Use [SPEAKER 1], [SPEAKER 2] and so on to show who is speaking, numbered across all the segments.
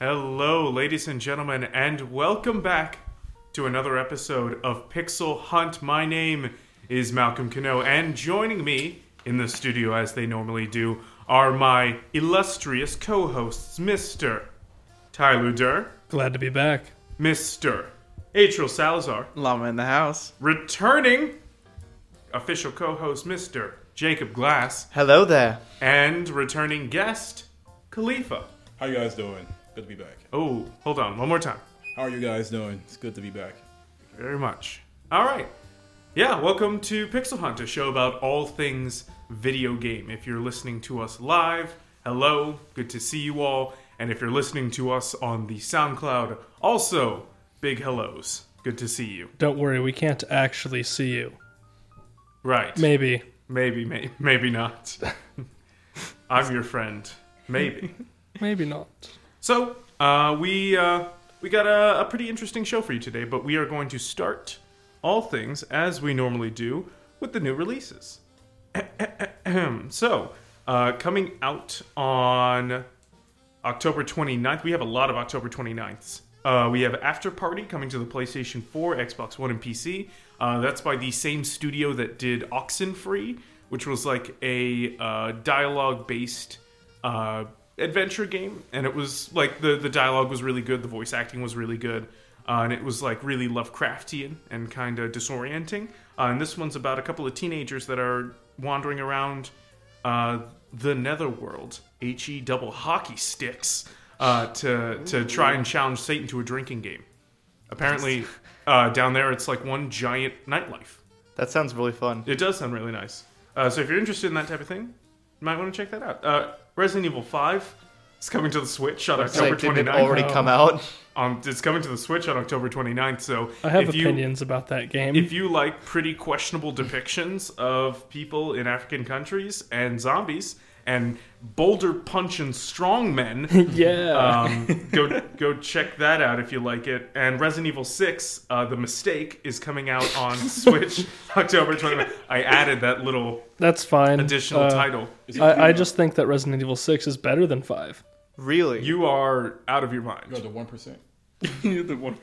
[SPEAKER 1] Hello, ladies and gentlemen, and welcome back to another episode of Pixel Hunt. My name is Malcolm Cano, and joining me in the studio, as they normally do, are my illustrious co hosts, Mr. Tyler Durr,
[SPEAKER 2] Glad to be back.
[SPEAKER 1] Mr. Atrial Salazar,
[SPEAKER 3] Llama in the house.
[SPEAKER 1] returning official co host, Mr. Jacob Glass,
[SPEAKER 3] Hello there.
[SPEAKER 1] and returning guest, Khalifa.
[SPEAKER 4] How you guys doing? Good to be back.
[SPEAKER 1] Oh, hold on, one more time.
[SPEAKER 4] How are you guys doing? It's good to be back.
[SPEAKER 1] very much. All right. Yeah, welcome to Pixel Hunt, a show about all things video game. If you're listening to us live, hello, good to see you all. And if you're listening to us on the SoundCloud, also big hellos. Good to see you.
[SPEAKER 2] Don't worry, we can't actually see you.
[SPEAKER 1] Right.
[SPEAKER 2] Maybe.
[SPEAKER 1] Maybe, may- maybe not. I'm your friend. Maybe.
[SPEAKER 2] Maybe not.
[SPEAKER 1] So uh, we uh, we got a, a pretty interesting show for you today, but we are going to start all things as we normally do with the new releases. so uh, coming out on October 29th, we have a lot of October 29th. Uh, we have After Party coming to the PlayStation 4, Xbox One, and PC. Uh, that's by the same studio that did Oxenfree, which was like a uh, dialogue based uh, adventure game. And it was like the, the dialogue was really good, the voice acting was really good, uh, and it was like really Lovecraftian and kind of disorienting. Uh, and this one's about a couple of teenagers that are wandering around uh, the Netherworld, H E double hockey sticks, uh, to to try and challenge Satan to a drinking game. Apparently, uh, down there it's like one giant nightlife.
[SPEAKER 3] That sounds really fun.
[SPEAKER 1] It does sound really nice. Uh, so if you're interested in that type of thing, you might want to check that out. Uh, Resident Evil Five is coming to the Switch on
[SPEAKER 3] It's like,
[SPEAKER 1] October
[SPEAKER 3] didn't it
[SPEAKER 1] 29th.
[SPEAKER 3] already come out?
[SPEAKER 1] Um, it's coming to the Switch on October 29th. So
[SPEAKER 2] I have
[SPEAKER 1] if you
[SPEAKER 2] opinions about that game.
[SPEAKER 1] if you like pretty questionable depictions of people in African countries and zombies and boulder punch and strong men,
[SPEAKER 2] yeah.
[SPEAKER 1] um, go go check that out if you like it. And Resident Evil Six, uh, The Mistake, is coming out on Switch October 29th. I added that little
[SPEAKER 2] That's fine.
[SPEAKER 1] additional
[SPEAKER 2] Uh,
[SPEAKER 1] title.
[SPEAKER 4] Is it
[SPEAKER 2] I, I
[SPEAKER 4] you-
[SPEAKER 2] just think that Resident Evil 6 is better than 5.
[SPEAKER 3] Really?
[SPEAKER 1] You are out of your
[SPEAKER 4] you got
[SPEAKER 1] mind.
[SPEAKER 4] the one percent?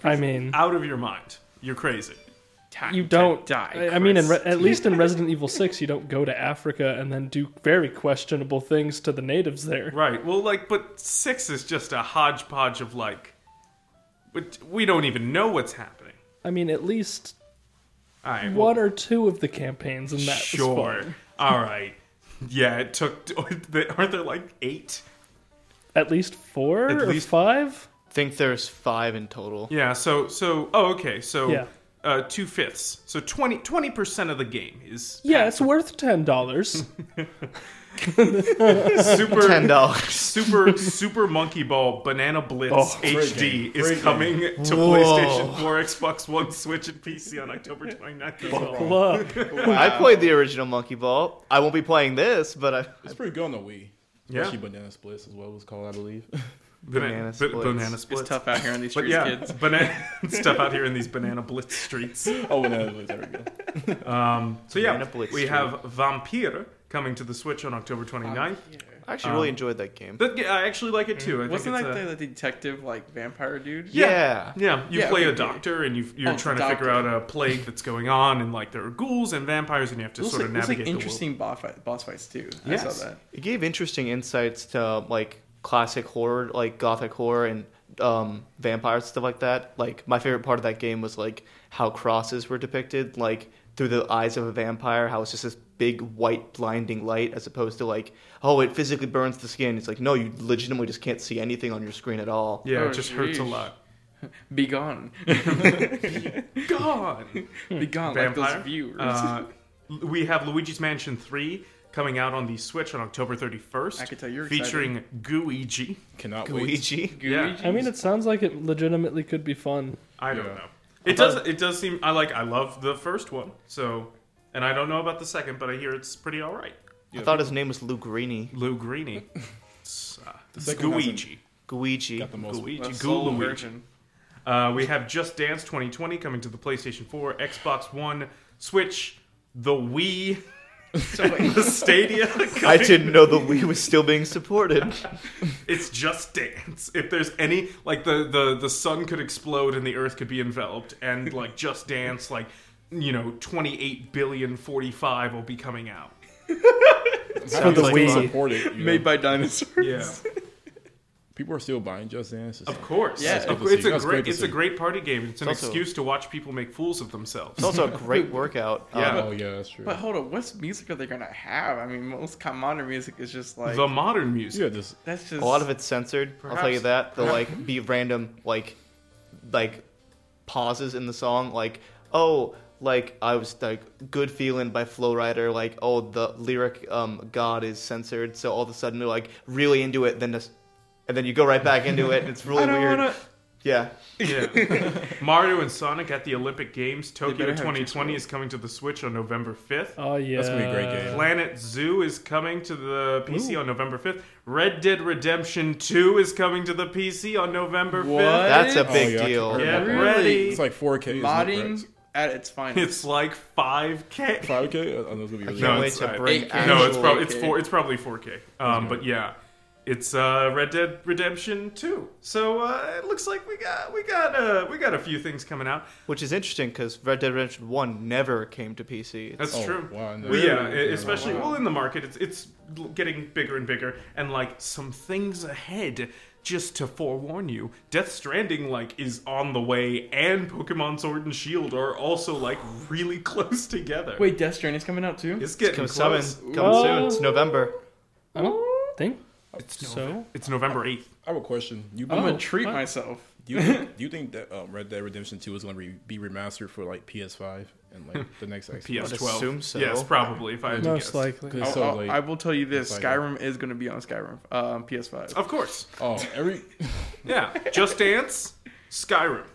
[SPEAKER 2] I mean,
[SPEAKER 1] Out of your mind. You're crazy.
[SPEAKER 2] you don't
[SPEAKER 3] die,
[SPEAKER 2] I, I mean, in re- at least in Resident Evil 6, you don't go to Africa and then do very questionable things to the natives there.
[SPEAKER 1] Right. Well, like, but six is just a hodgepodge of like, but we don't even know what's happening.
[SPEAKER 2] I mean, at least
[SPEAKER 1] All right. well,
[SPEAKER 2] one or two of the campaigns in that was
[SPEAKER 1] sure.
[SPEAKER 2] fun.
[SPEAKER 1] All right. Yeah, it took. Aren't there like eight?
[SPEAKER 2] At least 4
[SPEAKER 1] At
[SPEAKER 2] or
[SPEAKER 1] least-
[SPEAKER 2] 5?
[SPEAKER 3] think there's five in total.
[SPEAKER 1] Yeah. So so. Oh, okay. So
[SPEAKER 2] Yeah.
[SPEAKER 1] uh, two fifths. So 20 percent of the game is
[SPEAKER 2] Yeah, it's worth $10.
[SPEAKER 1] super
[SPEAKER 3] Ten dollars.
[SPEAKER 1] super super monkey ball banana blitz
[SPEAKER 2] Oh,
[SPEAKER 1] hd
[SPEAKER 4] great game.
[SPEAKER 1] is
[SPEAKER 4] Great game.
[SPEAKER 1] coming to
[SPEAKER 3] Whoa.
[SPEAKER 1] playstation 4 xbox one switch and pc on october 29th as well.
[SPEAKER 2] Look.
[SPEAKER 3] I played the original Monkey Ball. I won't be playing this, but I,
[SPEAKER 4] It's pretty good on the Wii.
[SPEAKER 1] Yeah.
[SPEAKER 4] Especially banana splits is what it was called, I believe.
[SPEAKER 1] banana,
[SPEAKER 3] Banana
[SPEAKER 1] ba-
[SPEAKER 3] splits.
[SPEAKER 1] banana
[SPEAKER 3] It's
[SPEAKER 1] splits
[SPEAKER 5] tough out here on these
[SPEAKER 1] but
[SPEAKER 5] streets,
[SPEAKER 1] yeah
[SPEAKER 5] kids.
[SPEAKER 1] banana stuff out here in these banana blitz streets
[SPEAKER 4] oh, banana splits. There we go.
[SPEAKER 1] so yeah
[SPEAKER 3] Banana blitz
[SPEAKER 1] we
[SPEAKER 3] street.
[SPEAKER 1] have vampire coming to the switch on october 29th
[SPEAKER 3] I
[SPEAKER 1] Uh,
[SPEAKER 3] actually really enjoyed that game.
[SPEAKER 1] That g- i actually like it too I think
[SPEAKER 5] Wasn't
[SPEAKER 1] it's
[SPEAKER 5] that
[SPEAKER 1] a-
[SPEAKER 5] the, the detective like vampire dude?
[SPEAKER 1] yeah.
[SPEAKER 3] yeah.
[SPEAKER 1] Yeah, you
[SPEAKER 5] Yeah,
[SPEAKER 1] play
[SPEAKER 5] okay,
[SPEAKER 1] a doctor and you, you're
[SPEAKER 5] Oh, it's a
[SPEAKER 1] trying to figure out
[SPEAKER 5] doctor.
[SPEAKER 1] a plague that's going on, and like there are ghouls and vampires, and you have to
[SPEAKER 5] Those
[SPEAKER 1] sort
[SPEAKER 5] like,
[SPEAKER 1] of
[SPEAKER 5] those, like,
[SPEAKER 1] navigate the world.
[SPEAKER 5] interesting boss, fight, boss fights too. I
[SPEAKER 1] Yes.
[SPEAKER 5] saw that.
[SPEAKER 3] It gave interesting insights to like classic horror, like gothic horror and um, vampires stuff like that. Like my favorite part of that game was like how crosses were depicted, like through the eyes of a vampire. How it's just this big white blinding light, as opposed to like oh it physically burns the skin. It's like no, you legitimately just can't see anything on your screen at all.
[SPEAKER 1] Yeah,
[SPEAKER 5] Oh,
[SPEAKER 1] it just hurts a
[SPEAKER 5] jeez.
[SPEAKER 1] lot.
[SPEAKER 5] Be gone.
[SPEAKER 1] Gone.
[SPEAKER 5] Be gone like
[SPEAKER 1] Vampire.
[SPEAKER 5] those viewers.
[SPEAKER 1] Uh, we have Luigi's Mansion 3 coming out on the Switch on October 31st.
[SPEAKER 5] I can tell you're
[SPEAKER 1] featuring Guigi.
[SPEAKER 4] Cannot wait.
[SPEAKER 3] Luigi.
[SPEAKER 1] yeah.
[SPEAKER 2] I mean, it sounds like it legitimately could be fun.
[SPEAKER 1] I don't
[SPEAKER 4] Yeah.
[SPEAKER 1] know. It does. It does seem. I like. I love the first one. So, and I don't know about the second, but I hear it's pretty all right.
[SPEAKER 3] I thought his name was Lou Greeny.
[SPEAKER 1] Lou Greeny. It's, uh, it's
[SPEAKER 4] second
[SPEAKER 1] Guigi.
[SPEAKER 3] Luigi.
[SPEAKER 4] Got the most.
[SPEAKER 1] Luigi.
[SPEAKER 5] That's
[SPEAKER 1] Goo
[SPEAKER 5] solo
[SPEAKER 1] Luigi.
[SPEAKER 5] version.
[SPEAKER 1] Uh, we have Just Dance 2020 coming to the PlayStation 4, Xbox One, Switch, the Wii,
[SPEAKER 5] So wait,
[SPEAKER 1] The Stadia.
[SPEAKER 3] I didn't know the Wii was still being supported.
[SPEAKER 1] It's just dance. If there's any like the the the sun could explode and the earth could be enveloped and like just dance like you know 28 billion 45 will be coming out.
[SPEAKER 3] For the Wii.
[SPEAKER 4] Support it, you
[SPEAKER 5] made
[SPEAKER 4] know?
[SPEAKER 5] by dinosaurs.
[SPEAKER 1] Yeah.
[SPEAKER 4] People are still buying Just Dance. It's
[SPEAKER 1] Of course.
[SPEAKER 5] Yeah.
[SPEAKER 1] Of
[SPEAKER 5] That's
[SPEAKER 4] good
[SPEAKER 1] course.
[SPEAKER 4] to
[SPEAKER 1] it's
[SPEAKER 4] see.
[SPEAKER 1] a
[SPEAKER 4] That's great
[SPEAKER 1] great
[SPEAKER 4] to
[SPEAKER 1] it's a
[SPEAKER 4] see.
[SPEAKER 1] great party game. It's an
[SPEAKER 3] It's also-
[SPEAKER 1] excuse to watch people make fools of themselves.
[SPEAKER 3] It's also a great workout.
[SPEAKER 1] Yeah.
[SPEAKER 4] like- Oh yeah, that's true.
[SPEAKER 5] But hold on, what music are they gonna have? I mean, most co- modern music is just like
[SPEAKER 1] the modern music.
[SPEAKER 4] yeah, just
[SPEAKER 5] that's just
[SPEAKER 3] a lot of it's censored. I'll tell you
[SPEAKER 1] Perhaps.
[SPEAKER 3] that. They'll like be random like like pauses in the song, like oh like I was like good feeling by Flow Rider, like oh the lyric um God is censored, so all of a sudden they're like really into it, then just and then you go right back into it. And it's really
[SPEAKER 5] I don't
[SPEAKER 3] weird.
[SPEAKER 5] wanna-
[SPEAKER 3] Yeah,
[SPEAKER 1] Yeah. Mario and Sonic at the Olympic Games. Tokyo
[SPEAKER 5] better have
[SPEAKER 1] 2020 is coming to the Switch on November 5th.
[SPEAKER 2] Oh yeah,
[SPEAKER 4] That's gonna be a great game.
[SPEAKER 1] Planet Zoo is coming to the PC on November 5th. Red Dead Redemption 2 is coming to the PC on November 5th.
[SPEAKER 5] What?
[SPEAKER 3] that's a
[SPEAKER 5] Oh,
[SPEAKER 3] big
[SPEAKER 4] yeah, I
[SPEAKER 3] deal.
[SPEAKER 4] can-
[SPEAKER 1] Get
[SPEAKER 5] Really?
[SPEAKER 1] ready.
[SPEAKER 4] it's like 4K.
[SPEAKER 5] modding at its finest.
[SPEAKER 1] It's like 5K.
[SPEAKER 4] 5K. I know it's gonna be really.
[SPEAKER 1] No,
[SPEAKER 3] Can't wait
[SPEAKER 1] it's-
[SPEAKER 3] to
[SPEAKER 1] I-
[SPEAKER 3] bring
[SPEAKER 5] Eight K.
[SPEAKER 1] no, it's
[SPEAKER 3] actual-
[SPEAKER 1] probably it's
[SPEAKER 5] 4K.
[SPEAKER 1] four. It's probably 4K. Um, but yeah, it's uh, Red Dead Redemption 2. So uh, it looks like we got we got uh, we got a few things coming out.
[SPEAKER 3] which is interesting because Red Dead Redemption One never came to PC. It's-
[SPEAKER 1] That's
[SPEAKER 4] Oh,
[SPEAKER 1] true.
[SPEAKER 4] wow, and
[SPEAKER 1] Well,
[SPEAKER 4] they're-
[SPEAKER 1] yeah, e-,
[SPEAKER 4] they're-
[SPEAKER 1] especially
[SPEAKER 5] wow.
[SPEAKER 1] well in the market, it's it's getting bigger and bigger, and like some things ahead. Just to forewarn you, Death Stranding like is on the way, and Pokemon Sword and Shield are also like really close together.
[SPEAKER 5] wait, Death Stranding's coming out too.
[SPEAKER 1] it's getting
[SPEAKER 3] Coming
[SPEAKER 1] close.
[SPEAKER 3] soon.
[SPEAKER 2] Ooh.
[SPEAKER 3] Coming soon. It's November.
[SPEAKER 2] I don't think
[SPEAKER 1] It's
[SPEAKER 2] So?
[SPEAKER 1] November, it's November eighth.
[SPEAKER 4] I have a question. You,
[SPEAKER 5] I'm
[SPEAKER 2] Oh,
[SPEAKER 5] gonna treat
[SPEAKER 2] what?
[SPEAKER 5] myself.
[SPEAKER 4] do you think, do you think that um, Red Dead Redemption 2 is gonna re- be remastered for like PS5 and like the next Xbox?
[SPEAKER 1] PS twelve.
[SPEAKER 3] assume so.
[SPEAKER 1] Yes, probably. If I had to
[SPEAKER 2] most
[SPEAKER 1] guess.
[SPEAKER 2] likely.
[SPEAKER 4] 'Cause it's
[SPEAKER 5] I'll-
[SPEAKER 4] so
[SPEAKER 5] I'll-
[SPEAKER 4] late.
[SPEAKER 5] I will tell you this:
[SPEAKER 4] It's like-
[SPEAKER 5] Skyrim is gonna be on Skyrim, um, PS5.
[SPEAKER 1] Of course.
[SPEAKER 4] Oh, every
[SPEAKER 1] Yeah. Just Dance, Skyrim,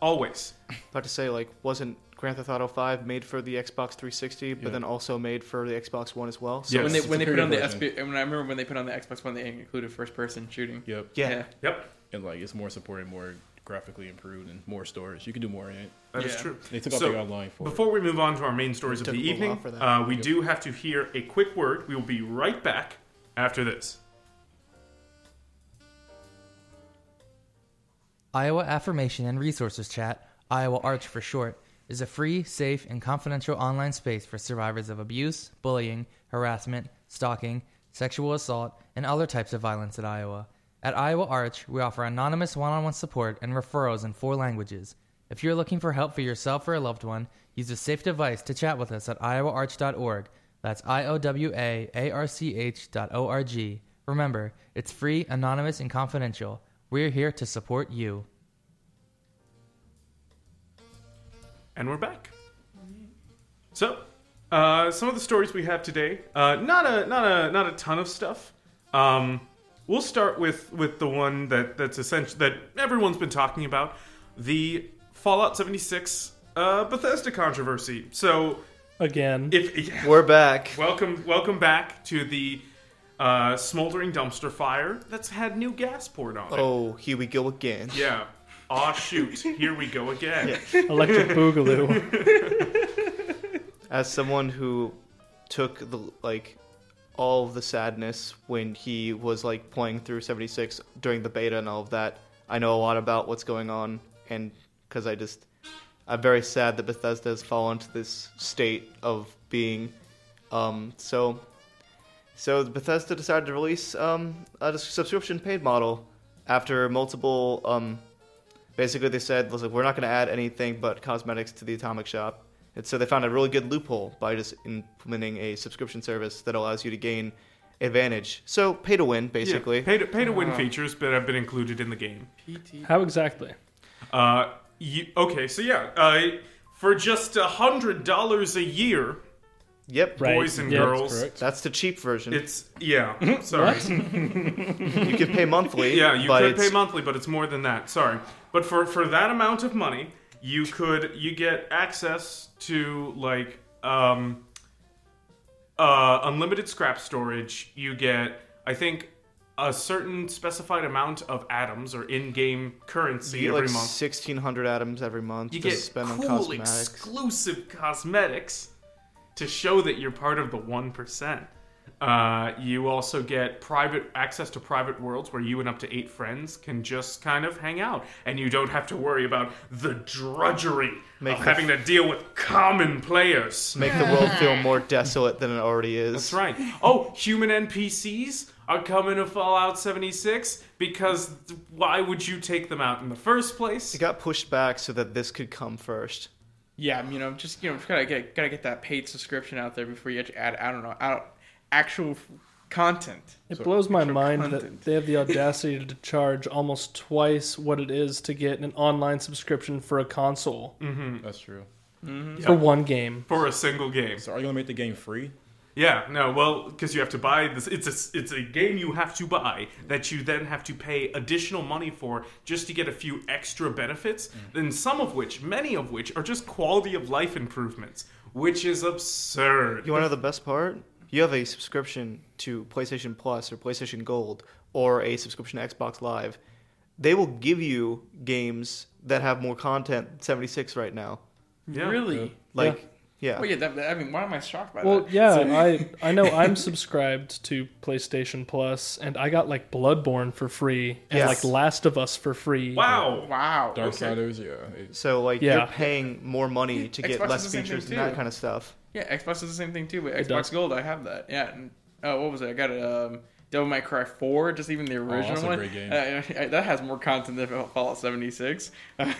[SPEAKER 1] always.
[SPEAKER 3] about to say like wasn't Grand Theft Auto 5 made for the Xbox 360 but
[SPEAKER 4] Yeah.
[SPEAKER 3] then also made for the Xbox One as well so
[SPEAKER 1] Yes.
[SPEAKER 5] when they
[SPEAKER 4] It's
[SPEAKER 5] when
[SPEAKER 4] the
[SPEAKER 5] they put on the
[SPEAKER 4] superior
[SPEAKER 5] SB, and when I remember when they put on the Xbox One, they included first person shooting.
[SPEAKER 4] yep.
[SPEAKER 3] yeah,
[SPEAKER 1] Yep.
[SPEAKER 4] And like it's more supported, more graphically improved, and more storage. You can do more in it.
[SPEAKER 1] that is
[SPEAKER 5] Yeah.
[SPEAKER 1] true.
[SPEAKER 4] They took out
[SPEAKER 1] So,
[SPEAKER 4] the online for it.
[SPEAKER 1] Before we move on to our main stories of
[SPEAKER 3] Took
[SPEAKER 1] the
[SPEAKER 3] a little
[SPEAKER 1] evening,
[SPEAKER 3] while for that.
[SPEAKER 1] uh, we do have to hear a quick word. We will be right back after this.
[SPEAKER 6] Iowa Affirmation and Resources Chat, Iowa Arch for short, is a free, safe, and confidential online space for survivors of abuse, bullying, harassment, stalking, sexual assault, and other types of violence at Iowa. At Iowa Arch, we offer anonymous one on one support and referrals in four languages. If you're looking for help for yourself or a loved one, use a safe device to chat with us at iowaarch.org. That's I O W A A R C H dot O R G. Remember, it's free, anonymous, and confidential. We're here to support you.
[SPEAKER 1] And we're back. So, uh, some of the stories we have today, uh, not a not a not a ton of stuff. Um, we'll start with with the one that that's essential that everyone's been talking about, the Fallout 76 uh, Bethesda controversy. So,
[SPEAKER 2] Again,
[SPEAKER 1] if yeah,
[SPEAKER 3] we're back
[SPEAKER 1] welcome welcome back to the uh, smoldering dumpster fire that's had new gas poured on it.
[SPEAKER 3] oh here we go again
[SPEAKER 1] Yeah. Aw shoot, here we go again.
[SPEAKER 2] Electric Boogaloo.
[SPEAKER 3] as someone who took the like all of the sadness when he was like playing through 76 during the beta and all of that I know a lot about what's going on and because I just I'm very sad that Bethesda has fallen to this state of being um so So Bethesda decided to release um, a subscription paid model after multiple. Um, basically, they said, "Listen, we're not going to add anything but cosmetics to the Atomic Shop." And so they found a really good loophole by just implementing a subscription service that allows you to gain advantage. So pay to win,
[SPEAKER 1] Yeah,
[SPEAKER 3] basically.
[SPEAKER 1] pay, to, pay to
[SPEAKER 2] Uh.
[SPEAKER 1] win features that have been included in the game.
[SPEAKER 5] PT.
[SPEAKER 2] How exactly?
[SPEAKER 1] Uh, you, okay, so yeah, uh, for just a hundred dollars a year,
[SPEAKER 3] yep,
[SPEAKER 2] Right.
[SPEAKER 1] boys and
[SPEAKER 2] yeah, that's
[SPEAKER 1] girls,
[SPEAKER 4] correct.
[SPEAKER 3] that's the cheap version.
[SPEAKER 1] it's yeah. Sorry,
[SPEAKER 3] you can pay monthly.
[SPEAKER 1] yeah, you
[SPEAKER 3] but
[SPEAKER 1] could
[SPEAKER 3] it's-
[SPEAKER 1] pay monthly, but it's more than that. Sorry, but for for that amount of money, you could you get access to like um, uh, unlimited scrap storage. You get, I think. A certain specified amount of atoms or in-game currency
[SPEAKER 3] You get
[SPEAKER 1] every
[SPEAKER 3] like
[SPEAKER 1] month.
[SPEAKER 3] 1,600 items every month
[SPEAKER 1] You
[SPEAKER 3] to
[SPEAKER 1] get
[SPEAKER 3] spend
[SPEAKER 1] cool
[SPEAKER 3] on cosmetics.
[SPEAKER 1] exclusive cosmetics to to show that you're part of the 1%. Uh, you also get private access to private worlds where you and up to eight friends can just kind of hang out, and you don't have to worry about the drudgery
[SPEAKER 3] Make
[SPEAKER 1] of
[SPEAKER 3] the-
[SPEAKER 1] having to deal with common players.
[SPEAKER 3] Make the world feel more desolate than it already is.
[SPEAKER 1] That's right. Oh, human NPCs are coming to Fallout 76 because th- why would you take them out in the first place?
[SPEAKER 3] It got pushed back so that this could come first.
[SPEAKER 5] Yeah, I mean, you know, just you know, just gotta get gotta get that paid subscription out there before you actually add I don't know out actual f- content.
[SPEAKER 2] It blows my mind
[SPEAKER 5] content.
[SPEAKER 2] that they have the audacity to charge almost twice what it is to get an online subscription for a console
[SPEAKER 1] Mm.
[SPEAKER 4] That's true.
[SPEAKER 2] for one game.
[SPEAKER 1] For a single game.
[SPEAKER 4] So are you gonna make the game free?
[SPEAKER 1] Yeah, no, well, because you have to buy this. It's a it's a game you have to buy that you then have to pay additional money for just to get a few extra benefits. Then some of which, many of which, are just quality of life improvements, which is absurd.
[SPEAKER 3] You want to know the best part? You have a subscription to PlayStation Plus or PlayStation Gold or a subscription to Xbox Live. They will give you games that have more content than 76 right now.
[SPEAKER 1] Yeah.
[SPEAKER 5] Really?
[SPEAKER 3] Like, yeah.
[SPEAKER 5] Oh yeah. That, that- I mean, why am I shocked by
[SPEAKER 2] Well,
[SPEAKER 5] that?
[SPEAKER 2] yeah, I I know I'm subscribed to PlayStation Plus, and I got like Bloodborne for free and
[SPEAKER 3] Yes.
[SPEAKER 2] like Last of Us for free.
[SPEAKER 1] Wow.
[SPEAKER 5] Wow.
[SPEAKER 4] Dark
[SPEAKER 5] okay.
[SPEAKER 4] Siders, yeah. It's,
[SPEAKER 3] So, like,
[SPEAKER 2] Yeah.
[SPEAKER 3] you're paying more money to get
[SPEAKER 5] Xbox is
[SPEAKER 3] less
[SPEAKER 5] the same
[SPEAKER 3] features
[SPEAKER 5] thing,
[SPEAKER 3] and that
[SPEAKER 5] too.
[SPEAKER 3] kind of stuff.
[SPEAKER 5] Yeah, Xbox is the same thing too. But
[SPEAKER 2] does.
[SPEAKER 5] Xbox Gold, I have that. Yeah. And, oh, what was it? I got a um, Devil May Cry Four, just even the original
[SPEAKER 4] Oh, that's a
[SPEAKER 5] one.
[SPEAKER 4] great game.
[SPEAKER 5] Uh, uh, that has more content than Fallout seventy six.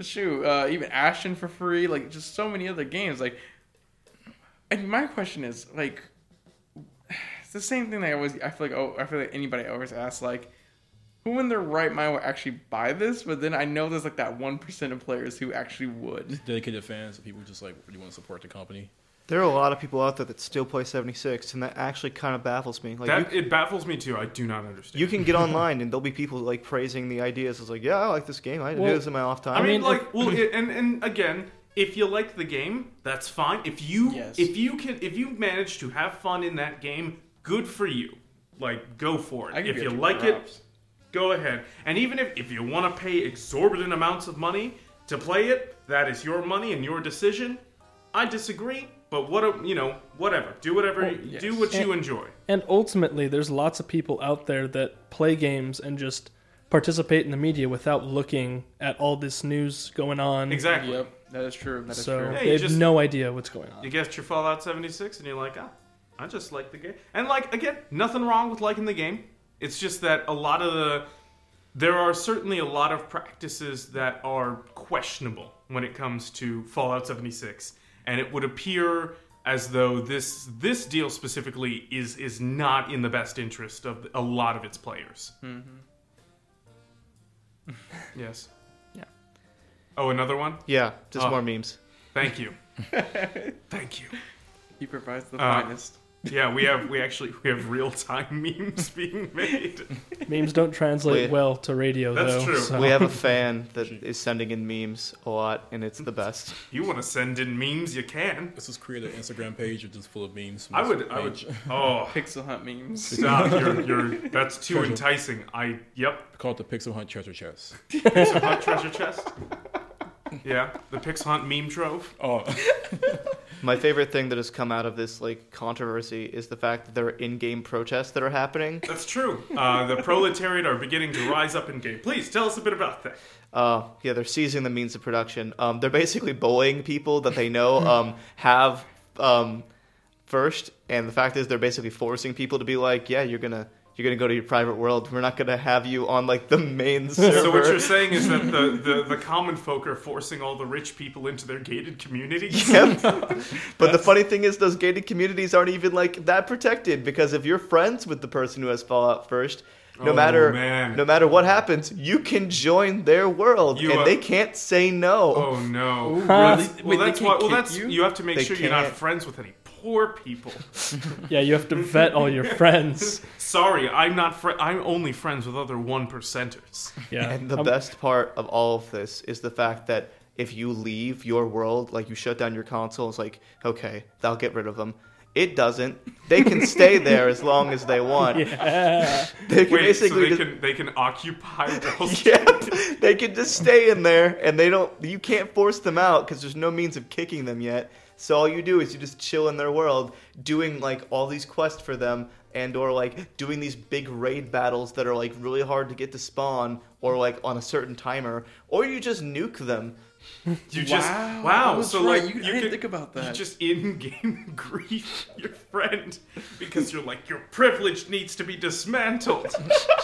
[SPEAKER 5] Shoot, uh, even Ashton for free. Like just so many other games. Like, and my question is like, it's the same thing that I always. I feel like oh, I feel like anybody always asks like. Who in their right mind would actually buy this? But then I know there's like that one percent of players who actually would.
[SPEAKER 4] dedicated fans, people just like really want to support the company.
[SPEAKER 3] There are a lot of people out there that still play 76, and that actually kind of baffles me. Like,
[SPEAKER 1] That it baffles me too. I do not understand.
[SPEAKER 3] you, you can get online, and there'll be people, like, praising the ideas. It's like, yeah, I like this game. I
[SPEAKER 2] Well,
[SPEAKER 3] do this in my off time.
[SPEAKER 1] I mean,
[SPEAKER 2] mean,
[SPEAKER 1] like, well, it, and and again, if you like the game, that's fine. If you
[SPEAKER 5] Yes.
[SPEAKER 1] if you can if you manage to have fun in that game, good for you. Like, go for
[SPEAKER 5] I
[SPEAKER 1] it.
[SPEAKER 5] give
[SPEAKER 1] If
[SPEAKER 5] you
[SPEAKER 1] you
[SPEAKER 5] a
[SPEAKER 1] like
[SPEAKER 5] props.
[SPEAKER 1] it, go ahead. And even if if you want to pay exorbitant amounts of money to play it, that is your money and your decision. I disagree, but what a, you know, whatever. Do whatever. Do
[SPEAKER 5] Oh, yes.
[SPEAKER 1] what you enjoy.
[SPEAKER 2] And ultimately, there's lots of people out there that play games and just participate in the media without looking at all this news going on.
[SPEAKER 1] Exactly.
[SPEAKER 5] Yep, that is true. That is
[SPEAKER 2] So
[SPEAKER 5] true.
[SPEAKER 1] Yeah,
[SPEAKER 2] they
[SPEAKER 1] you
[SPEAKER 2] have
[SPEAKER 1] just-
[SPEAKER 2] no idea what's going on.
[SPEAKER 1] You guessed your Fallout 76, and you're like, ah, I just like the game. And, like, again, nothing wrong with liking the game. It's just that a lot of the. There are certainly a lot of practices that are questionable when it comes to Fallout 76, and it would appear as though this this deal specifically is is not in the best interest of a lot of its players. yes.
[SPEAKER 5] Yeah.
[SPEAKER 1] Oh, another one.
[SPEAKER 3] yeah, just
[SPEAKER 2] uh,
[SPEAKER 1] Oh.
[SPEAKER 3] more memes.
[SPEAKER 1] Thank you. Thank you.
[SPEAKER 5] He provides the
[SPEAKER 1] Uh,
[SPEAKER 5] finest.
[SPEAKER 1] Yeah, we have we actually we have real time memes being made.
[SPEAKER 2] Memes don't translate
[SPEAKER 3] We-
[SPEAKER 2] well to radio,
[SPEAKER 1] That's
[SPEAKER 2] though.
[SPEAKER 1] true.
[SPEAKER 2] so-
[SPEAKER 3] We have a fan that is sending in memes a lot, and it's the best.
[SPEAKER 1] You want to send in memes, you can.
[SPEAKER 4] Let's just create an Instagram page that's just full of memes. from
[SPEAKER 1] I
[SPEAKER 4] this
[SPEAKER 1] would I would
[SPEAKER 4] page.
[SPEAKER 1] Oh,
[SPEAKER 5] Pixel Hunt memes.
[SPEAKER 1] stop. You're, you're that's too enticing. I yep.
[SPEAKER 4] call it the Pixel Hunt Treasure Chest.
[SPEAKER 1] Pixel Hunt treasure chest. Yeah, the Pix Hunt meme trove.
[SPEAKER 4] Oh,
[SPEAKER 3] My favorite thing that has come out of this like controversy is the fact that there are in-game protests that are happening.
[SPEAKER 1] That's true. Uh, the proletariat are beginning to rise up in game. Please tell us a bit about that.
[SPEAKER 3] Uh, yeah, they're seizing the means of production. Um, they're basically bullying people that they know um, have um, first, and the fact is they're basically forcing people to be like, yeah, you're gonna you're gonna go to your private world. We're not gonna have you on like the main server.
[SPEAKER 1] So what you're saying is that the, the, the common folk are forcing all the rich people into their gated communities.
[SPEAKER 3] Yep. but the funny thing is, those gated communities aren't even like that protected because if you're friends with the person who has Fallout first, no
[SPEAKER 1] Oh,
[SPEAKER 3] matter
[SPEAKER 1] man.
[SPEAKER 3] no matter what happens, you can join their world
[SPEAKER 1] You,
[SPEAKER 3] and
[SPEAKER 1] uh,
[SPEAKER 3] they can't say no.
[SPEAKER 1] Oh no!
[SPEAKER 2] Huh?
[SPEAKER 1] That's-
[SPEAKER 5] Wait,
[SPEAKER 1] Well,
[SPEAKER 5] they
[SPEAKER 1] that's
[SPEAKER 5] can't
[SPEAKER 1] why. Well,
[SPEAKER 5] kick
[SPEAKER 1] that's you?
[SPEAKER 5] you?
[SPEAKER 1] have to make
[SPEAKER 3] They
[SPEAKER 1] sure you're not
[SPEAKER 3] can't.
[SPEAKER 1] friends with any poor people.
[SPEAKER 2] Yeah, you have to vet all your friends.
[SPEAKER 1] Sorry, I'm not. Fr- I'm only friends with other one percenters.
[SPEAKER 2] Yeah, Um,
[SPEAKER 3] And the
[SPEAKER 2] I'm-
[SPEAKER 3] best part of all of this is the fact that if you leave your world, like you shut down your console, it's like, okay, they'll get rid of them. It doesn't. They can stay there as long as they want.
[SPEAKER 2] Yeah.
[SPEAKER 3] They can
[SPEAKER 1] Wait, so
[SPEAKER 3] basically
[SPEAKER 1] they
[SPEAKER 3] just-
[SPEAKER 1] can they can occupy Rails.
[SPEAKER 3] Yep. They can just stay in there and they don't you can't force them out cuz there's no means of kicking them yet. So all you do is you just chill in their world, doing like all these quests for them, and or like doing these big raid battles that are like really hard to get to spawn, or like on a certain timer, or you just nuke them.
[SPEAKER 1] You just
[SPEAKER 5] Wow,
[SPEAKER 1] wow.
[SPEAKER 5] that's
[SPEAKER 1] So
[SPEAKER 5] right.
[SPEAKER 1] like
[SPEAKER 5] You- I didn't
[SPEAKER 1] could-
[SPEAKER 5] think about
[SPEAKER 1] You
[SPEAKER 5] that.
[SPEAKER 1] just in-game grief your friend because you're like your privilege needs to be dismantled.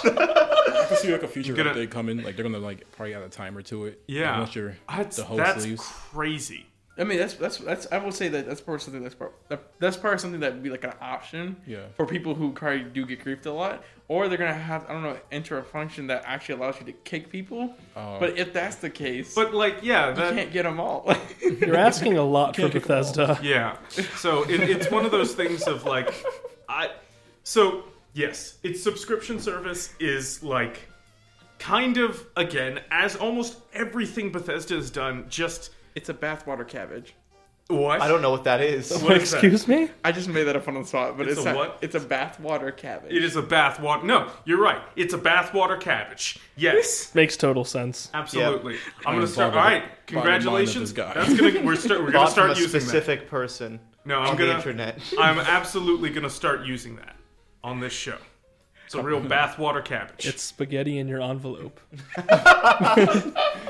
[SPEAKER 4] I can see like a future
[SPEAKER 1] gonna-
[SPEAKER 4] update coming. Like they're gonna like probably add a timer to it.
[SPEAKER 1] Yeah,
[SPEAKER 4] Like, once you're
[SPEAKER 1] that's,
[SPEAKER 4] the host
[SPEAKER 1] that's
[SPEAKER 4] leaves.
[SPEAKER 1] crazy.
[SPEAKER 5] I mean, that's that's that's. I would say that that's part of something that's part that, that's part of something that would be like an option
[SPEAKER 4] Yeah.
[SPEAKER 5] for people who probably do get griefed a lot, or they're gonna have I don't know enter a function that actually allows you to kick people.
[SPEAKER 4] Oh.
[SPEAKER 5] But if that's the case,
[SPEAKER 1] But like, yeah,
[SPEAKER 5] you
[SPEAKER 1] that
[SPEAKER 5] can't get them all.
[SPEAKER 2] You're asking a lot for Bethesda.
[SPEAKER 1] Yeah. So it, it's one of those things of like, I. So yes, its subscription service is like, kind of again as almost everything Bethesda has done. Just
[SPEAKER 5] it's a bathwater cabbage.
[SPEAKER 1] what
[SPEAKER 3] I don't know what that is.
[SPEAKER 1] What is that?
[SPEAKER 2] Excuse me?
[SPEAKER 5] I just made that up on the spot, but
[SPEAKER 1] It's
[SPEAKER 5] it's,
[SPEAKER 1] a
[SPEAKER 5] not-
[SPEAKER 1] what?
[SPEAKER 5] It's a bathwater cabbage.
[SPEAKER 1] It is a bathwater. No, you're right. It's a bathwater cabbage. Yes,
[SPEAKER 2] Makes total sense.
[SPEAKER 1] absolutely. I'm
[SPEAKER 4] I'm
[SPEAKER 1] gonna start.
[SPEAKER 4] bothered-
[SPEAKER 1] All right,
[SPEAKER 4] bothered
[SPEAKER 1] congratulations.
[SPEAKER 4] by the mind of
[SPEAKER 1] That's
[SPEAKER 4] this guy.
[SPEAKER 1] gonna we're, start, we're gonna
[SPEAKER 3] Bought from a
[SPEAKER 1] start using that.
[SPEAKER 3] specific person
[SPEAKER 1] No,
[SPEAKER 3] on
[SPEAKER 1] I'm
[SPEAKER 3] the
[SPEAKER 1] gonna.
[SPEAKER 3] internet.
[SPEAKER 1] I'm absolutely gonna start using that on this show. It's a real bathwater cabbage.
[SPEAKER 2] It's spaghetti in your envelope.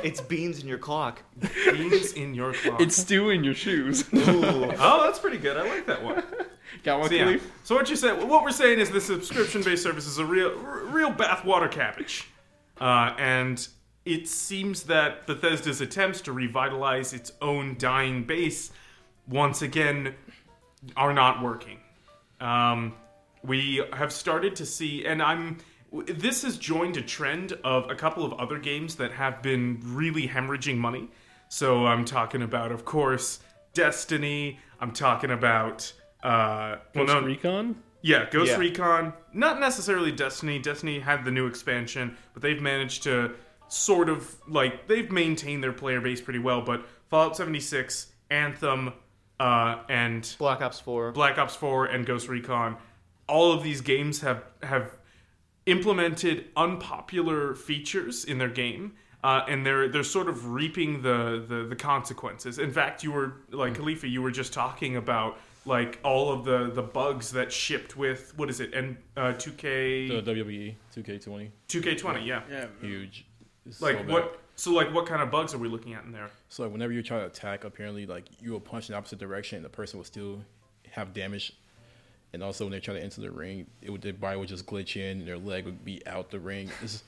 [SPEAKER 3] It's beans in your clock.
[SPEAKER 1] beans in your closet.
[SPEAKER 5] It's stew in your shoes.
[SPEAKER 3] Ooh.
[SPEAKER 1] Oh, that's pretty good. I like that one.
[SPEAKER 5] Got one,
[SPEAKER 1] So, yeah.
[SPEAKER 5] Khalif?
[SPEAKER 1] so what you said, what we're saying is the subscription-based service is a real, r- real bathwater cabbage, uh, and it seems that Bethesda's attempts to revitalize its own dying base once again are not working. Um, we have started to see, and I'm. w- This has joined a trend of a couple of other games that have been really hemorrhaging money. So I'm talking about, of course, Destiny. I'm talking about. Uh, well,
[SPEAKER 2] Ghost
[SPEAKER 1] no,
[SPEAKER 2] Recon?
[SPEAKER 1] yeah, Ghost
[SPEAKER 3] Yeah.
[SPEAKER 1] Recon. Not necessarily Destiny. Destiny had the new expansion, but they've managed to sort of like they've maintained their player base pretty well. But Fallout 76, Anthem, uh, and
[SPEAKER 3] Black Ops 4.
[SPEAKER 1] Black Ops 4 and Ghost Recon, all of these games have have implemented unpopular features in their game, uh, and they're they're sort of reaping the, the the consequences. In fact, you were like
[SPEAKER 4] Hmm.
[SPEAKER 1] Khalifa, you were just talking about like all of the the bugs that shipped with what is it and uh, 2K
[SPEAKER 4] The E WWE 2K20
[SPEAKER 1] 2K20, yeah.
[SPEAKER 5] Yeah.
[SPEAKER 4] huge. It's
[SPEAKER 1] Like
[SPEAKER 4] so bad.
[SPEAKER 1] what? So like what kind of bugs are we looking at in there?
[SPEAKER 4] So like whenever you try to attack, apparently like you will punch in the opposite direction, and the person will still have damage. And also when they try to enter the ring, it would their body would just glitch in, and their leg would be out the ring. It's,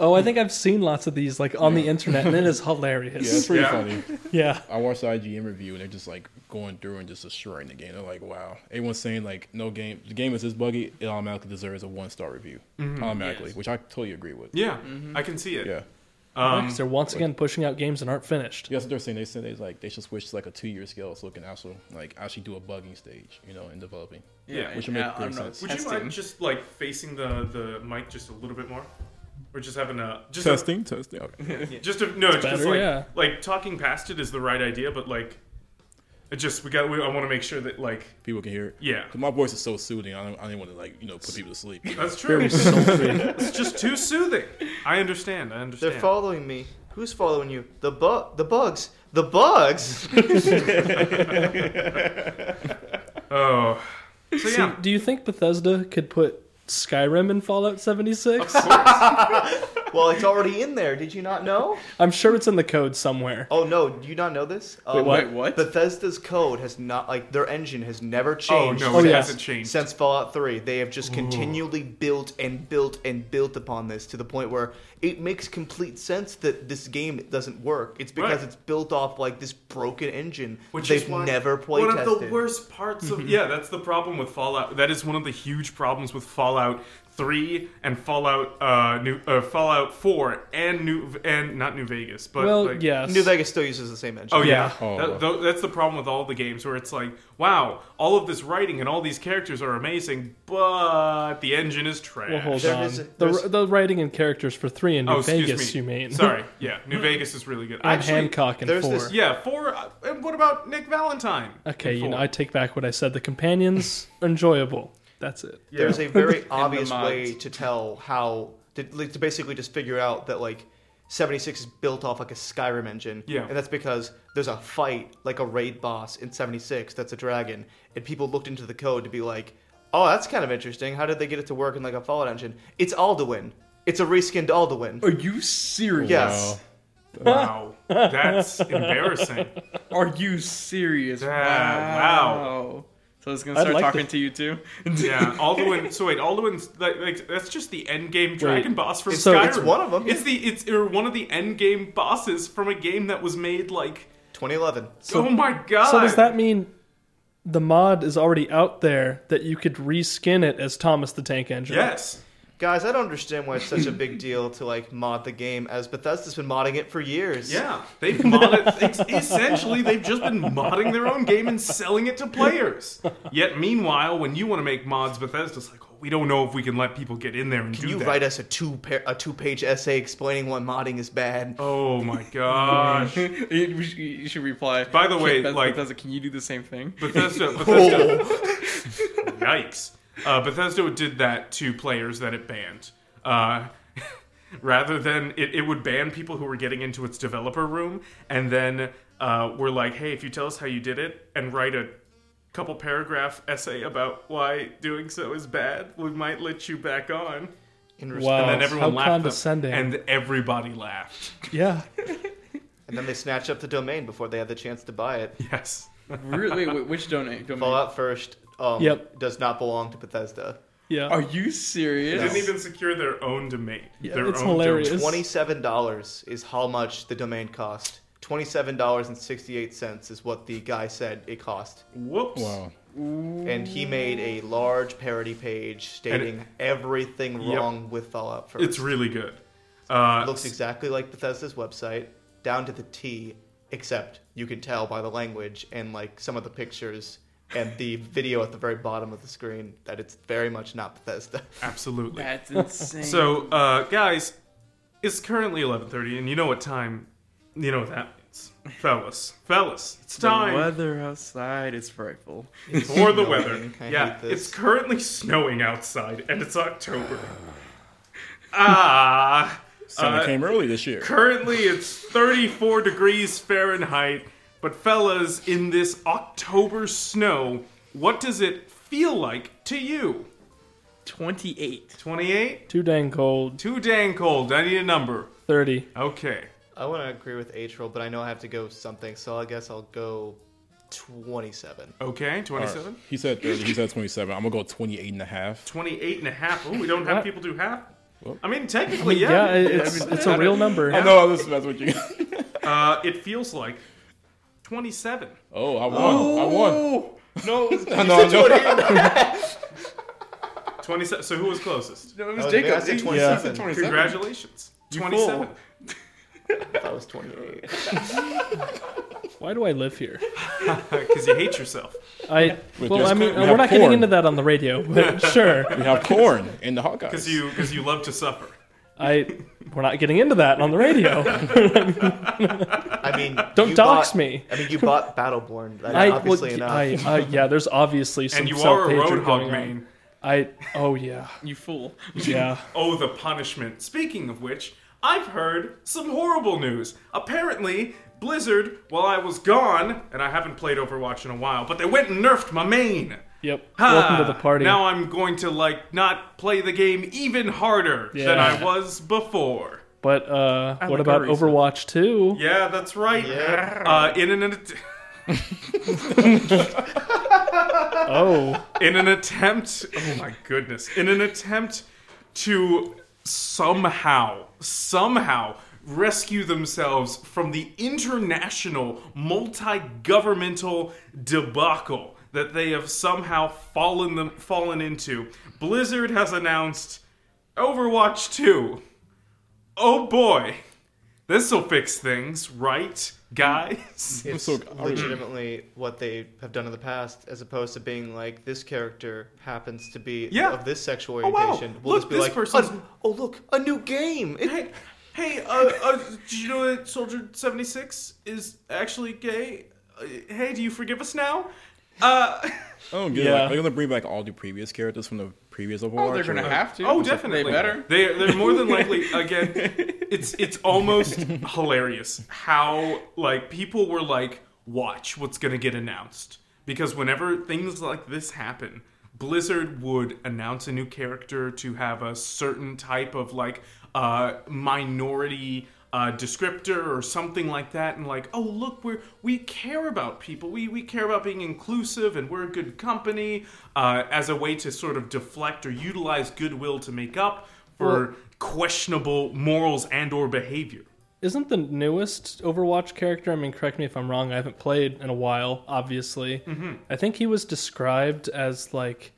[SPEAKER 2] Oh, I think I've seen lots of these like on the internet, and it is hilarious.
[SPEAKER 4] yeah, it's pretty
[SPEAKER 1] Yeah.
[SPEAKER 4] funny.
[SPEAKER 2] Yeah.
[SPEAKER 4] I watched the IGN review and they're just like going through and just destroying the game. They're like, wow. Everyone's saying like, no game, the game is this buggy. It automatically deserves a one star review, automatically, which I totally agree with.
[SPEAKER 1] Yeah, Mm-hmm. I can see it.
[SPEAKER 4] Yeah.
[SPEAKER 1] Um,
[SPEAKER 2] Because they're once again pushing out games that aren't finished.
[SPEAKER 4] Yes, they're saying they said they like they should switch to like a two year scale so it can also like actually do a bugging stage, you know, in developing.
[SPEAKER 1] Yeah,
[SPEAKER 4] which would make
[SPEAKER 5] uh,
[SPEAKER 4] great
[SPEAKER 5] I'm not-
[SPEAKER 4] sense.
[SPEAKER 1] Would you
[SPEAKER 5] Testing.
[SPEAKER 1] mind just like facing the the mic just a little bit more? We're just having a just a,
[SPEAKER 4] Testing, testing. Okay.
[SPEAKER 1] Just a, no, just
[SPEAKER 2] better,
[SPEAKER 1] like
[SPEAKER 2] yeah.
[SPEAKER 1] like talking past it is the right idea, but like, it just we got. We, I want to make sure that like,
[SPEAKER 4] people can hear it.
[SPEAKER 1] yeah,
[SPEAKER 4] 'Cause my voice is so soothing. I don't, I didn't want to like you know put people to sleep.
[SPEAKER 1] that's true. it's just too soothing. I understand. I
[SPEAKER 3] They're
[SPEAKER 1] understand.
[SPEAKER 3] following me. Who's following you? The bu- the bugs. The bugs.
[SPEAKER 1] oh, so
[SPEAKER 2] See,
[SPEAKER 1] yeah,
[SPEAKER 2] do you think Bethesda could put Skyrim in Fallout 76?
[SPEAKER 3] well, it's already in there. Did you not know?
[SPEAKER 2] I'm sure it's in the code somewhere.
[SPEAKER 3] Oh no, do you not know this? Um,
[SPEAKER 5] what? Wait, what?
[SPEAKER 3] Bethesda's code has not like their engine has never
[SPEAKER 1] oh
[SPEAKER 3] changed.
[SPEAKER 1] no, it
[SPEAKER 2] yeah.
[SPEAKER 1] hasn't changed.
[SPEAKER 3] Since Fallout 3, they have just continually built and built and built upon this to the point where it makes complete sense that this game doesn't work. It's because
[SPEAKER 1] Right.
[SPEAKER 3] it's built off like this broken engine
[SPEAKER 1] Which
[SPEAKER 3] they've
[SPEAKER 1] is why-
[SPEAKER 3] never playtested.
[SPEAKER 1] One of the worst parts
[SPEAKER 2] Mm-hmm.
[SPEAKER 1] of yeah, that's the problem with Fallout. That is one of the huge problems with Fallout Three and Fallout uh, New uh, Fallout Four and New and not New Vegas, but
[SPEAKER 2] well,
[SPEAKER 1] like,
[SPEAKER 2] yes.
[SPEAKER 3] New Vegas still uses the same engine.
[SPEAKER 1] Oh yeah,
[SPEAKER 2] Yeah.
[SPEAKER 4] Oh,
[SPEAKER 1] That-
[SPEAKER 4] wow.
[SPEAKER 1] tho- that's the problem with all the games where it's like, wow, all of this writing and all these characters are amazing, but the engine is trash.
[SPEAKER 2] Well, hold
[SPEAKER 3] There
[SPEAKER 2] on.
[SPEAKER 3] is- there's-
[SPEAKER 2] the, the writing and characters for 3 in New
[SPEAKER 1] oh, excuse
[SPEAKER 2] Vegas,
[SPEAKER 1] me.
[SPEAKER 2] you mean.
[SPEAKER 1] Sorry, yeah, New Vegas is really good.
[SPEAKER 2] And
[SPEAKER 1] Actually,
[SPEAKER 2] Hancock in 4.
[SPEAKER 3] there's this-
[SPEAKER 1] yeah, four. uh, And what about Nick Valentine?
[SPEAKER 2] okay,
[SPEAKER 1] in
[SPEAKER 2] you know,
[SPEAKER 1] four?
[SPEAKER 2] I take back what I said. The companions, enjoyable. That's it.
[SPEAKER 1] Yeah.
[SPEAKER 3] there's a very obvious
[SPEAKER 5] mods.
[SPEAKER 3] way to tell how to, like, to basically just figure out that like 76 is built off like a Skyrim engine.
[SPEAKER 1] Yeah.
[SPEAKER 3] And that's because there's a fight, like a raid boss in 76 that's a dragon, and people looked into the code to be like, oh, that's kind of interesting. How did they get it to work in like a Fallout engine? It's Alduin. It's a reskinned Alduin.
[SPEAKER 5] Are you serious?
[SPEAKER 3] Yes.
[SPEAKER 1] Wow, that's embarrassing.
[SPEAKER 5] Are you serious?
[SPEAKER 1] Yeah,
[SPEAKER 5] wow. So it's gonna
[SPEAKER 2] I'd
[SPEAKER 5] start
[SPEAKER 2] like
[SPEAKER 5] talking
[SPEAKER 2] to-
[SPEAKER 5] to... you too.
[SPEAKER 1] Yeah, Alduin. So wait, Alduin's like, like that's just the end game dragon boss from
[SPEAKER 2] So
[SPEAKER 1] Skyrim.
[SPEAKER 2] it's
[SPEAKER 3] one of 'em.
[SPEAKER 1] It's the it's or one of the end game bosses from a game that was made like.
[SPEAKER 3] 2011.
[SPEAKER 1] oh my god!
[SPEAKER 2] So does that mean the mod is already out there that you could reskin it as Thomas the Tank Engine?
[SPEAKER 1] Yes.
[SPEAKER 3] Guys, I don't understand why it's such a big deal to like mod the game as Bethesda's been modding it for years.
[SPEAKER 1] Yeah, they've modded. ex- essentially, they've just been modding their own game and selling it to players. Yet, meanwhile, when you want to make mods, Bethesda's like, oh, we don't know if we can let people get in there and do
[SPEAKER 3] Can you
[SPEAKER 1] that.
[SPEAKER 3] write us a two pa- a two page essay explaining why modding is bad?
[SPEAKER 1] oh my gosh!
[SPEAKER 5] you, you should- you should reply.
[SPEAKER 1] By the way,
[SPEAKER 5] Beth-
[SPEAKER 1] like-
[SPEAKER 5] Bethesda, can you do the same thing?
[SPEAKER 1] Bethesda, Bethesda, yikes! Uh, Bethesda did that to players that it banned. Uh, rather than it, it would ban people who were getting into its developer room, and then uh, we're like, hey, if you tell us how you did it and write a couple paragraph essay about why doing so is bad, we might let you back on.
[SPEAKER 3] In
[SPEAKER 2] Wow.
[SPEAKER 1] And then
[SPEAKER 2] Oh,
[SPEAKER 1] everyone
[SPEAKER 2] how
[SPEAKER 1] laughed, them,
[SPEAKER 2] condescending.
[SPEAKER 1] and everybody laughed.
[SPEAKER 2] Yeah.
[SPEAKER 3] And then they snatch up the domain before they had the chance to buy it.
[SPEAKER 1] Yes.
[SPEAKER 5] really? Wait, wait, which donate? domain?
[SPEAKER 3] Fallout First um,
[SPEAKER 2] Yep.
[SPEAKER 3] does not belong to Bethesda.
[SPEAKER 2] Yeah.
[SPEAKER 5] Are you serious?
[SPEAKER 1] They didn't even secure their own domain.
[SPEAKER 2] Yeah,
[SPEAKER 1] their
[SPEAKER 2] it's
[SPEAKER 1] own
[SPEAKER 2] hilarious.
[SPEAKER 1] domain.
[SPEAKER 3] Twenty-seven dollars is how much the domain cost. Twenty-seven dollars and sixty-eight cents is what the guy said it cost,
[SPEAKER 1] Whoops.
[SPEAKER 4] Wow.
[SPEAKER 3] and he made a large parody page stating everything
[SPEAKER 1] Yep.
[SPEAKER 3] wrong with Fallout First.
[SPEAKER 1] It's really good. Uh,
[SPEAKER 3] looks exactly like Bethesda's website, down to the T, except you can tell by the language and like some of the pictures and the video at the very bottom of the screen that it's very much not Bethesda.
[SPEAKER 1] absolutely.
[SPEAKER 5] That's insane.
[SPEAKER 1] So, uh, guys, it's currently 11:30, and you know what time? You know what that means, fellas. Fellas, it's
[SPEAKER 5] The
[SPEAKER 1] time
[SPEAKER 5] weather outside is frightful.
[SPEAKER 1] for the
[SPEAKER 3] snowing.
[SPEAKER 1] weather.
[SPEAKER 3] I
[SPEAKER 1] yeah,
[SPEAKER 3] hate this.
[SPEAKER 1] it's currently snowing outside, and it's October. ah.
[SPEAKER 4] Summer
[SPEAKER 1] uh,
[SPEAKER 4] came early this year.
[SPEAKER 1] Currently, it's 34 degrees Fahrenheit. But, fellas, in this October snow, what does it feel like to you?
[SPEAKER 5] 28.
[SPEAKER 1] 28?
[SPEAKER 2] Too dang cold.
[SPEAKER 1] Too dang cold. I need a number.
[SPEAKER 2] 30.
[SPEAKER 1] Okay.
[SPEAKER 3] I want to agree with Atrial, but I know I have to go something, so I guess I'll go 27.
[SPEAKER 1] Okay, 27?
[SPEAKER 4] Alright. He said 30. He said 27. I'm going to go 28 and a half.
[SPEAKER 1] 28 and a half. Ooh, we don't have
[SPEAKER 2] What?
[SPEAKER 1] people do half.
[SPEAKER 4] Well-
[SPEAKER 1] I mean, technically,
[SPEAKER 2] Yeah,
[SPEAKER 1] yeah.
[SPEAKER 2] it- it's, it's a real number.
[SPEAKER 4] I know this that's what you.
[SPEAKER 1] Uh, it feels like 27.
[SPEAKER 4] Oh, I won. I won.
[SPEAKER 1] No,
[SPEAKER 4] I know, I know.
[SPEAKER 1] 27. So who was closest?
[SPEAKER 5] No, it was
[SPEAKER 3] Oh,
[SPEAKER 5] Jacob.
[SPEAKER 3] I said
[SPEAKER 5] He- he
[SPEAKER 3] 27.
[SPEAKER 5] said 27.
[SPEAKER 1] Congratulations. 27.
[SPEAKER 5] fool.
[SPEAKER 3] I thought it was 28.
[SPEAKER 2] Why do I live here?
[SPEAKER 1] Because Uh, you hate yourself.
[SPEAKER 2] I well,
[SPEAKER 4] there's
[SPEAKER 2] I mean,
[SPEAKER 4] corn. We
[SPEAKER 2] we're
[SPEAKER 4] have
[SPEAKER 2] not getting
[SPEAKER 4] corn.
[SPEAKER 2] into that on the radio, but sure.
[SPEAKER 4] We have corn in the Hawkeyes.
[SPEAKER 1] Because you, 'cause you love to suffer.
[SPEAKER 2] I we're not getting into that on the radio.
[SPEAKER 3] I mean,
[SPEAKER 2] Don't
[SPEAKER 3] you
[SPEAKER 2] dox
[SPEAKER 3] bought-
[SPEAKER 2] me.
[SPEAKER 3] I mean, you bought Battleborn, that,
[SPEAKER 2] I,
[SPEAKER 3] obviously
[SPEAKER 2] well,
[SPEAKER 3] enough.
[SPEAKER 2] I, I yeah, there's obviously some
[SPEAKER 1] And you are a
[SPEAKER 2] self-hatred going
[SPEAKER 1] roadhog
[SPEAKER 2] on.
[SPEAKER 1] main.
[SPEAKER 2] I oh yeah.
[SPEAKER 5] You fool.
[SPEAKER 2] Yeah.
[SPEAKER 1] Oh, the punishment. Speaking of which, I've heard some horrible news. Apparently, Blizzard, while I was gone, and I haven't played Overwatch in a while, but they went and nerfed my main.
[SPEAKER 2] Yep.
[SPEAKER 1] Ha!
[SPEAKER 2] Welcome to the party.
[SPEAKER 1] Now I'm going to like not play the game even harder than
[SPEAKER 2] Yeah.
[SPEAKER 1] I was before.
[SPEAKER 2] but uh what
[SPEAKER 5] like
[SPEAKER 2] about
[SPEAKER 5] our reason.
[SPEAKER 2] Overwatch 2?
[SPEAKER 1] Yeah, that's right.
[SPEAKER 3] Yeah.
[SPEAKER 1] Uh, in an att-
[SPEAKER 2] Oh.
[SPEAKER 1] in an attempt, oh my goodness, in an attempt to somehow somehow rescue themselves from the international multi-governmental debacle that they have somehow fallen them fallen into. Blizzard has announced Overwatch 2. Oh boy. This'll fix things, right, guys?
[SPEAKER 3] It's
[SPEAKER 4] so-
[SPEAKER 1] Mm-hmm.
[SPEAKER 3] legitimately what they have done in the past, as opposed to being like this character happens to be
[SPEAKER 1] Yeah.
[SPEAKER 3] of this sexual
[SPEAKER 1] Oh, wow.
[SPEAKER 3] orientation. We'll
[SPEAKER 1] Look,
[SPEAKER 3] just be
[SPEAKER 1] this
[SPEAKER 3] like,
[SPEAKER 1] person's-
[SPEAKER 3] "Un- oh look, a new game. It-
[SPEAKER 1] Hey, hey, uh, uh, did you know that Soldier 76 is actually gay? Uh, hey, do you forgive us now?
[SPEAKER 4] I don't get it.
[SPEAKER 2] Yeah.
[SPEAKER 4] Like, they're gonna bring back all the previous characters from the previous Overwatch.
[SPEAKER 5] Oh, they're
[SPEAKER 4] or-
[SPEAKER 5] gonna have to.
[SPEAKER 1] Oh, definitely.
[SPEAKER 5] They better.
[SPEAKER 1] They they're more than likely again. It's it's almost hilarious how like people were like, watch what's gonna get announced because whenever things like this happen. Blizzard would announce a new character to have a certain type of like uh, minority uh, descriptor or something like that, and like, oh look, we we care about people. We we care about being inclusive, and we're a good company uh, as a way to sort of deflect or utilize goodwill to make up for questionable morals and or behavior.
[SPEAKER 2] Isn't the newest Overwatch character? I mean, correct me if I'm wrong. I haven't played in a while, obviously.
[SPEAKER 1] Mm-hmm.
[SPEAKER 2] I think he was described as like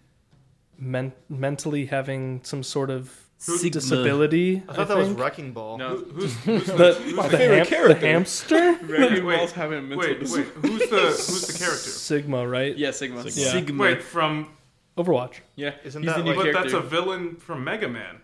[SPEAKER 2] men- mentally having some sort of
[SPEAKER 7] Sigma.
[SPEAKER 2] disability.
[SPEAKER 3] I thought that was Wrecking Ball.
[SPEAKER 5] No,
[SPEAKER 2] the, the,
[SPEAKER 4] favorite
[SPEAKER 2] ham-
[SPEAKER 4] character?
[SPEAKER 2] the hamster.
[SPEAKER 5] Dragon
[SPEAKER 1] Wait,
[SPEAKER 5] Ball's having a mental
[SPEAKER 1] Wait, wait,
[SPEAKER 5] dis-
[SPEAKER 1] who's the who's the character?
[SPEAKER 2] Sigma, right?
[SPEAKER 5] Yeah, Sigma.
[SPEAKER 2] Yeah.
[SPEAKER 7] Sigma.
[SPEAKER 1] Wait, from
[SPEAKER 2] Overwatch.
[SPEAKER 5] Yeah,
[SPEAKER 3] Isn't
[SPEAKER 5] he's
[SPEAKER 3] that
[SPEAKER 5] the new
[SPEAKER 3] like-
[SPEAKER 1] but that's
[SPEAKER 5] character.
[SPEAKER 1] a villain from Mega Man.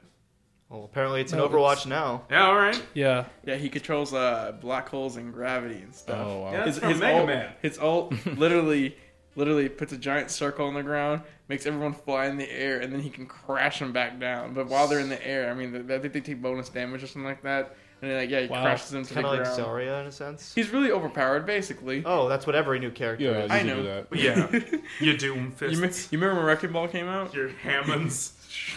[SPEAKER 3] Well, apparently it's an
[SPEAKER 2] No,
[SPEAKER 3] Overwatch
[SPEAKER 2] it's-
[SPEAKER 3] now.
[SPEAKER 1] Yeah, all right.
[SPEAKER 2] Yeah.
[SPEAKER 5] Yeah, he controls uh, black holes and gravity and stuff.
[SPEAKER 4] Oh, wow.
[SPEAKER 1] Yeah, that's from Mega
[SPEAKER 5] ult,
[SPEAKER 1] Man.
[SPEAKER 5] His ult literally, literally puts a giant circle on the ground, makes everyone fly in the air, and then he can crash them back down. But while they're in the air, I mean, th- I think they take bonus damage or something like that. And then, like, yeah, he
[SPEAKER 2] Wow.
[SPEAKER 5] crashes them to the
[SPEAKER 3] Kind of like
[SPEAKER 5] ground.
[SPEAKER 3] Zarya in a sense.
[SPEAKER 5] He's really overpowered, basically.
[SPEAKER 3] Oh, that's what every new character
[SPEAKER 4] Yeah,
[SPEAKER 3] is.
[SPEAKER 5] I
[SPEAKER 4] I know.
[SPEAKER 5] know.
[SPEAKER 4] Do that.
[SPEAKER 1] But yeah, you doom
[SPEAKER 5] You, me-
[SPEAKER 1] fists.
[SPEAKER 5] you remember when Wrecking Ball came out?
[SPEAKER 1] your Hammonds.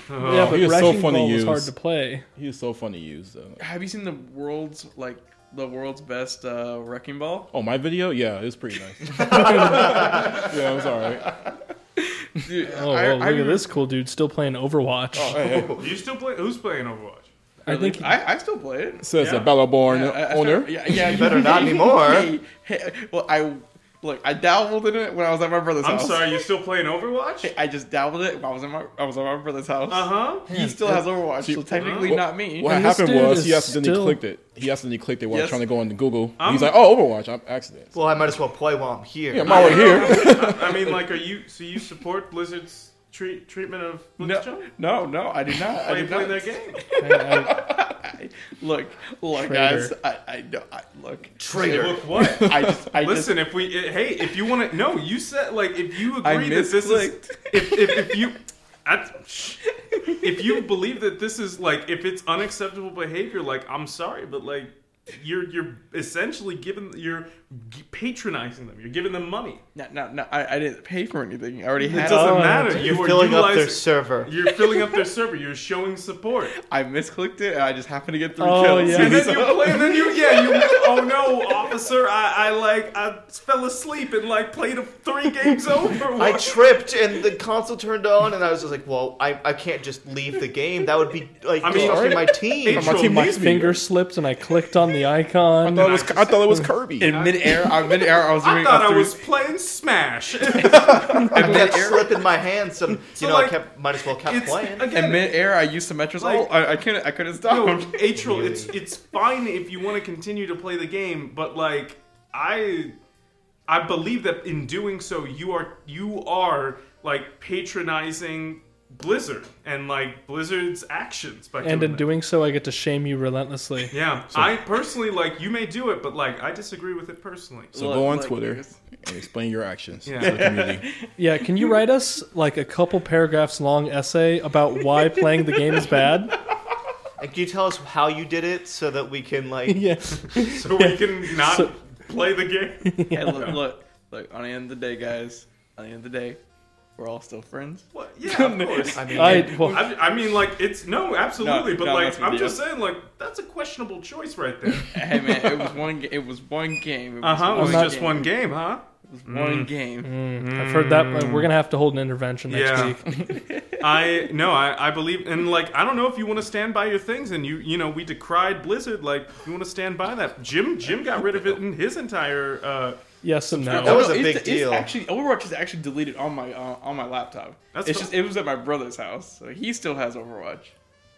[SPEAKER 1] Oh.
[SPEAKER 2] yeah, but
[SPEAKER 4] he was so
[SPEAKER 2] Wrecking
[SPEAKER 4] fun to
[SPEAKER 2] Ball was
[SPEAKER 4] use.
[SPEAKER 2] hard to play.
[SPEAKER 4] He was so fun to use though.
[SPEAKER 5] Have you seen the world's like the world's best uh, Wrecking Ball?
[SPEAKER 4] Oh, my video? Yeah, it was pretty nice. yeah, it was alright.
[SPEAKER 5] Dude,
[SPEAKER 2] Oh, well,
[SPEAKER 5] I- I
[SPEAKER 2] look at
[SPEAKER 5] remember-
[SPEAKER 2] this cool dude still playing Overwatch.
[SPEAKER 1] You still play? Who's playing Overwatch?
[SPEAKER 2] I think
[SPEAKER 5] I, I still play it.
[SPEAKER 4] Says
[SPEAKER 1] Yeah.
[SPEAKER 4] the Battleborn
[SPEAKER 5] Yeah, I- I
[SPEAKER 4] owner.
[SPEAKER 5] started- yeah, yeah, you
[SPEAKER 3] better not anymore.
[SPEAKER 5] Hey, hey, well, I look, I dabbled in it when I was at my brother's
[SPEAKER 1] I'm
[SPEAKER 5] house.
[SPEAKER 1] sorry, you still playing Overwatch?
[SPEAKER 5] I just dabbled it. When I was at my I was at my brother's house.
[SPEAKER 1] Uh huh.
[SPEAKER 5] He still has Overwatch, so technically
[SPEAKER 4] What-
[SPEAKER 5] not me.
[SPEAKER 4] What
[SPEAKER 2] And this
[SPEAKER 4] happened
[SPEAKER 2] dude
[SPEAKER 4] was
[SPEAKER 2] is
[SPEAKER 4] he accidentally
[SPEAKER 2] still-
[SPEAKER 4] clicked it. He accidentally clicked it while
[SPEAKER 5] Yes.
[SPEAKER 4] trying to go on Google.
[SPEAKER 1] I'm-
[SPEAKER 4] He's like, "Oh, Overwatch, I'm accident."
[SPEAKER 3] Well, I might as well play while I'm here.
[SPEAKER 4] Yeah, I'm already here.
[SPEAKER 1] I mean, like, are you? So you support Blizzard's treat, treatment of
[SPEAKER 5] No,
[SPEAKER 1] Blizzard?
[SPEAKER 5] no, no, I did not. I
[SPEAKER 1] Are you
[SPEAKER 5] did
[SPEAKER 1] playing
[SPEAKER 5] not.
[SPEAKER 1] their game?
[SPEAKER 5] I- look, look, guys.
[SPEAKER 2] Traitor.
[SPEAKER 5] I, I, no, I look.
[SPEAKER 3] Traitor.
[SPEAKER 1] Look what.
[SPEAKER 5] I just, I just,
[SPEAKER 1] Listen, if we, eh, hey, if you want to, no, you said like if you
[SPEAKER 5] I
[SPEAKER 1] agree that this is,
[SPEAKER 5] misclicked.
[SPEAKER 1] if if, if you, I, shh. if you believe that this is like if it's unacceptable behavior, like I'm sorry, but like you're you're essentially giving you're patronizing them, you're giving them money.
[SPEAKER 5] no, no, no. I, I didn't pay for anything. I already
[SPEAKER 1] It
[SPEAKER 5] had.
[SPEAKER 1] doesn't
[SPEAKER 2] Oh,
[SPEAKER 1] matter.
[SPEAKER 3] You're
[SPEAKER 1] You are
[SPEAKER 3] filling up their
[SPEAKER 1] utilizing.
[SPEAKER 3] server.
[SPEAKER 1] You're filling up their server. You're showing support.
[SPEAKER 5] I misclicked it. and I just happened to get three
[SPEAKER 2] Oh,
[SPEAKER 5] kills.
[SPEAKER 2] yeah.
[SPEAKER 1] And then you play, and then you, yeah, you. Oh no, officer! I, I like, I fell asleep and like played a, three games over.
[SPEAKER 3] I tripped and the console turned on, and I was just like, "Well, I, I can't just leave the game. That would be like
[SPEAKER 1] I mean,
[SPEAKER 3] disrupting my team."
[SPEAKER 1] April-
[SPEAKER 4] team
[SPEAKER 2] my
[SPEAKER 4] needs me.
[SPEAKER 2] finger slipped and I clicked on the
[SPEAKER 4] I
[SPEAKER 2] icon.
[SPEAKER 4] thought it was. I thought it was Kirby.
[SPEAKER 5] In midair, I midair, I was doing.
[SPEAKER 1] I thought
[SPEAKER 5] a
[SPEAKER 1] I
[SPEAKER 5] three-
[SPEAKER 1] was playing Smash.
[SPEAKER 3] I kept slipping my hands. Some, you
[SPEAKER 1] So,
[SPEAKER 3] know,
[SPEAKER 1] like,
[SPEAKER 3] I kept might as well kept
[SPEAKER 1] It's
[SPEAKER 3] playing.
[SPEAKER 5] In
[SPEAKER 1] again.
[SPEAKER 5] mid-air, I used Symmetra's
[SPEAKER 1] Like-
[SPEAKER 5] ult. I, I couldn't. I couldn't
[SPEAKER 1] No,
[SPEAKER 5] stop him.
[SPEAKER 1] Atrial, it's it's fine if you want to continue to play the game, but like I, I believe that in doing so, you are you are like patronizing Blizzard and like Blizzard's actions by
[SPEAKER 2] And
[SPEAKER 1] doing
[SPEAKER 2] in
[SPEAKER 1] that.
[SPEAKER 2] doing so, I get to shame you relentlessly.
[SPEAKER 1] Yeah, I personally like you may do it, but like I disagree with it personally.
[SPEAKER 4] so
[SPEAKER 5] Look,
[SPEAKER 4] go on
[SPEAKER 5] look,
[SPEAKER 4] Twitter
[SPEAKER 5] niggas.
[SPEAKER 4] and explain your actions
[SPEAKER 1] Yeah.
[SPEAKER 4] to the community.
[SPEAKER 2] Yeah, can you write us like a couple paragraphs long essay about why playing the game is bad?
[SPEAKER 3] And can you tell us how you did it so that we can like?
[SPEAKER 2] yeah.
[SPEAKER 1] So we can not
[SPEAKER 2] So-
[SPEAKER 1] play the game.
[SPEAKER 5] Hey, look, look, look. On the end of the day, guys. On the end of the day, we're all still friends.
[SPEAKER 1] What? Yeah, of course.
[SPEAKER 3] I mean,
[SPEAKER 2] I, well,
[SPEAKER 1] I, I mean, like it's no, absolutely,
[SPEAKER 5] No,
[SPEAKER 1] but
[SPEAKER 5] no, that's
[SPEAKER 1] like
[SPEAKER 5] what
[SPEAKER 1] I'm
[SPEAKER 5] it
[SPEAKER 1] just
[SPEAKER 5] is.
[SPEAKER 1] saying, like that's a questionable choice right there.
[SPEAKER 5] Hey man, it was one. ga- It was one game. Uh-huh, It was
[SPEAKER 1] Uh huh. It was
[SPEAKER 2] not-
[SPEAKER 1] just one game, huh?
[SPEAKER 5] It was one game.
[SPEAKER 2] I've heard that. but We're going to have to hold an intervention next
[SPEAKER 1] Yeah.
[SPEAKER 2] week.
[SPEAKER 1] I no, I, I believe, and like I don't know if you want to stand by your things, and you you know we decried Blizzard, like you want to stand by that. Jim Jim got rid of it in his entire. uh
[SPEAKER 2] Yes and
[SPEAKER 5] No,
[SPEAKER 3] That
[SPEAKER 2] no.
[SPEAKER 3] was- a
[SPEAKER 5] it's-
[SPEAKER 3] big
[SPEAKER 5] it's
[SPEAKER 3] deal.
[SPEAKER 5] actually, Overwatch is actually deleted on my uh, on my laptop.
[SPEAKER 1] That's
[SPEAKER 5] it's
[SPEAKER 1] cool.
[SPEAKER 5] just it was at my brother's house, so he still has Overwatch.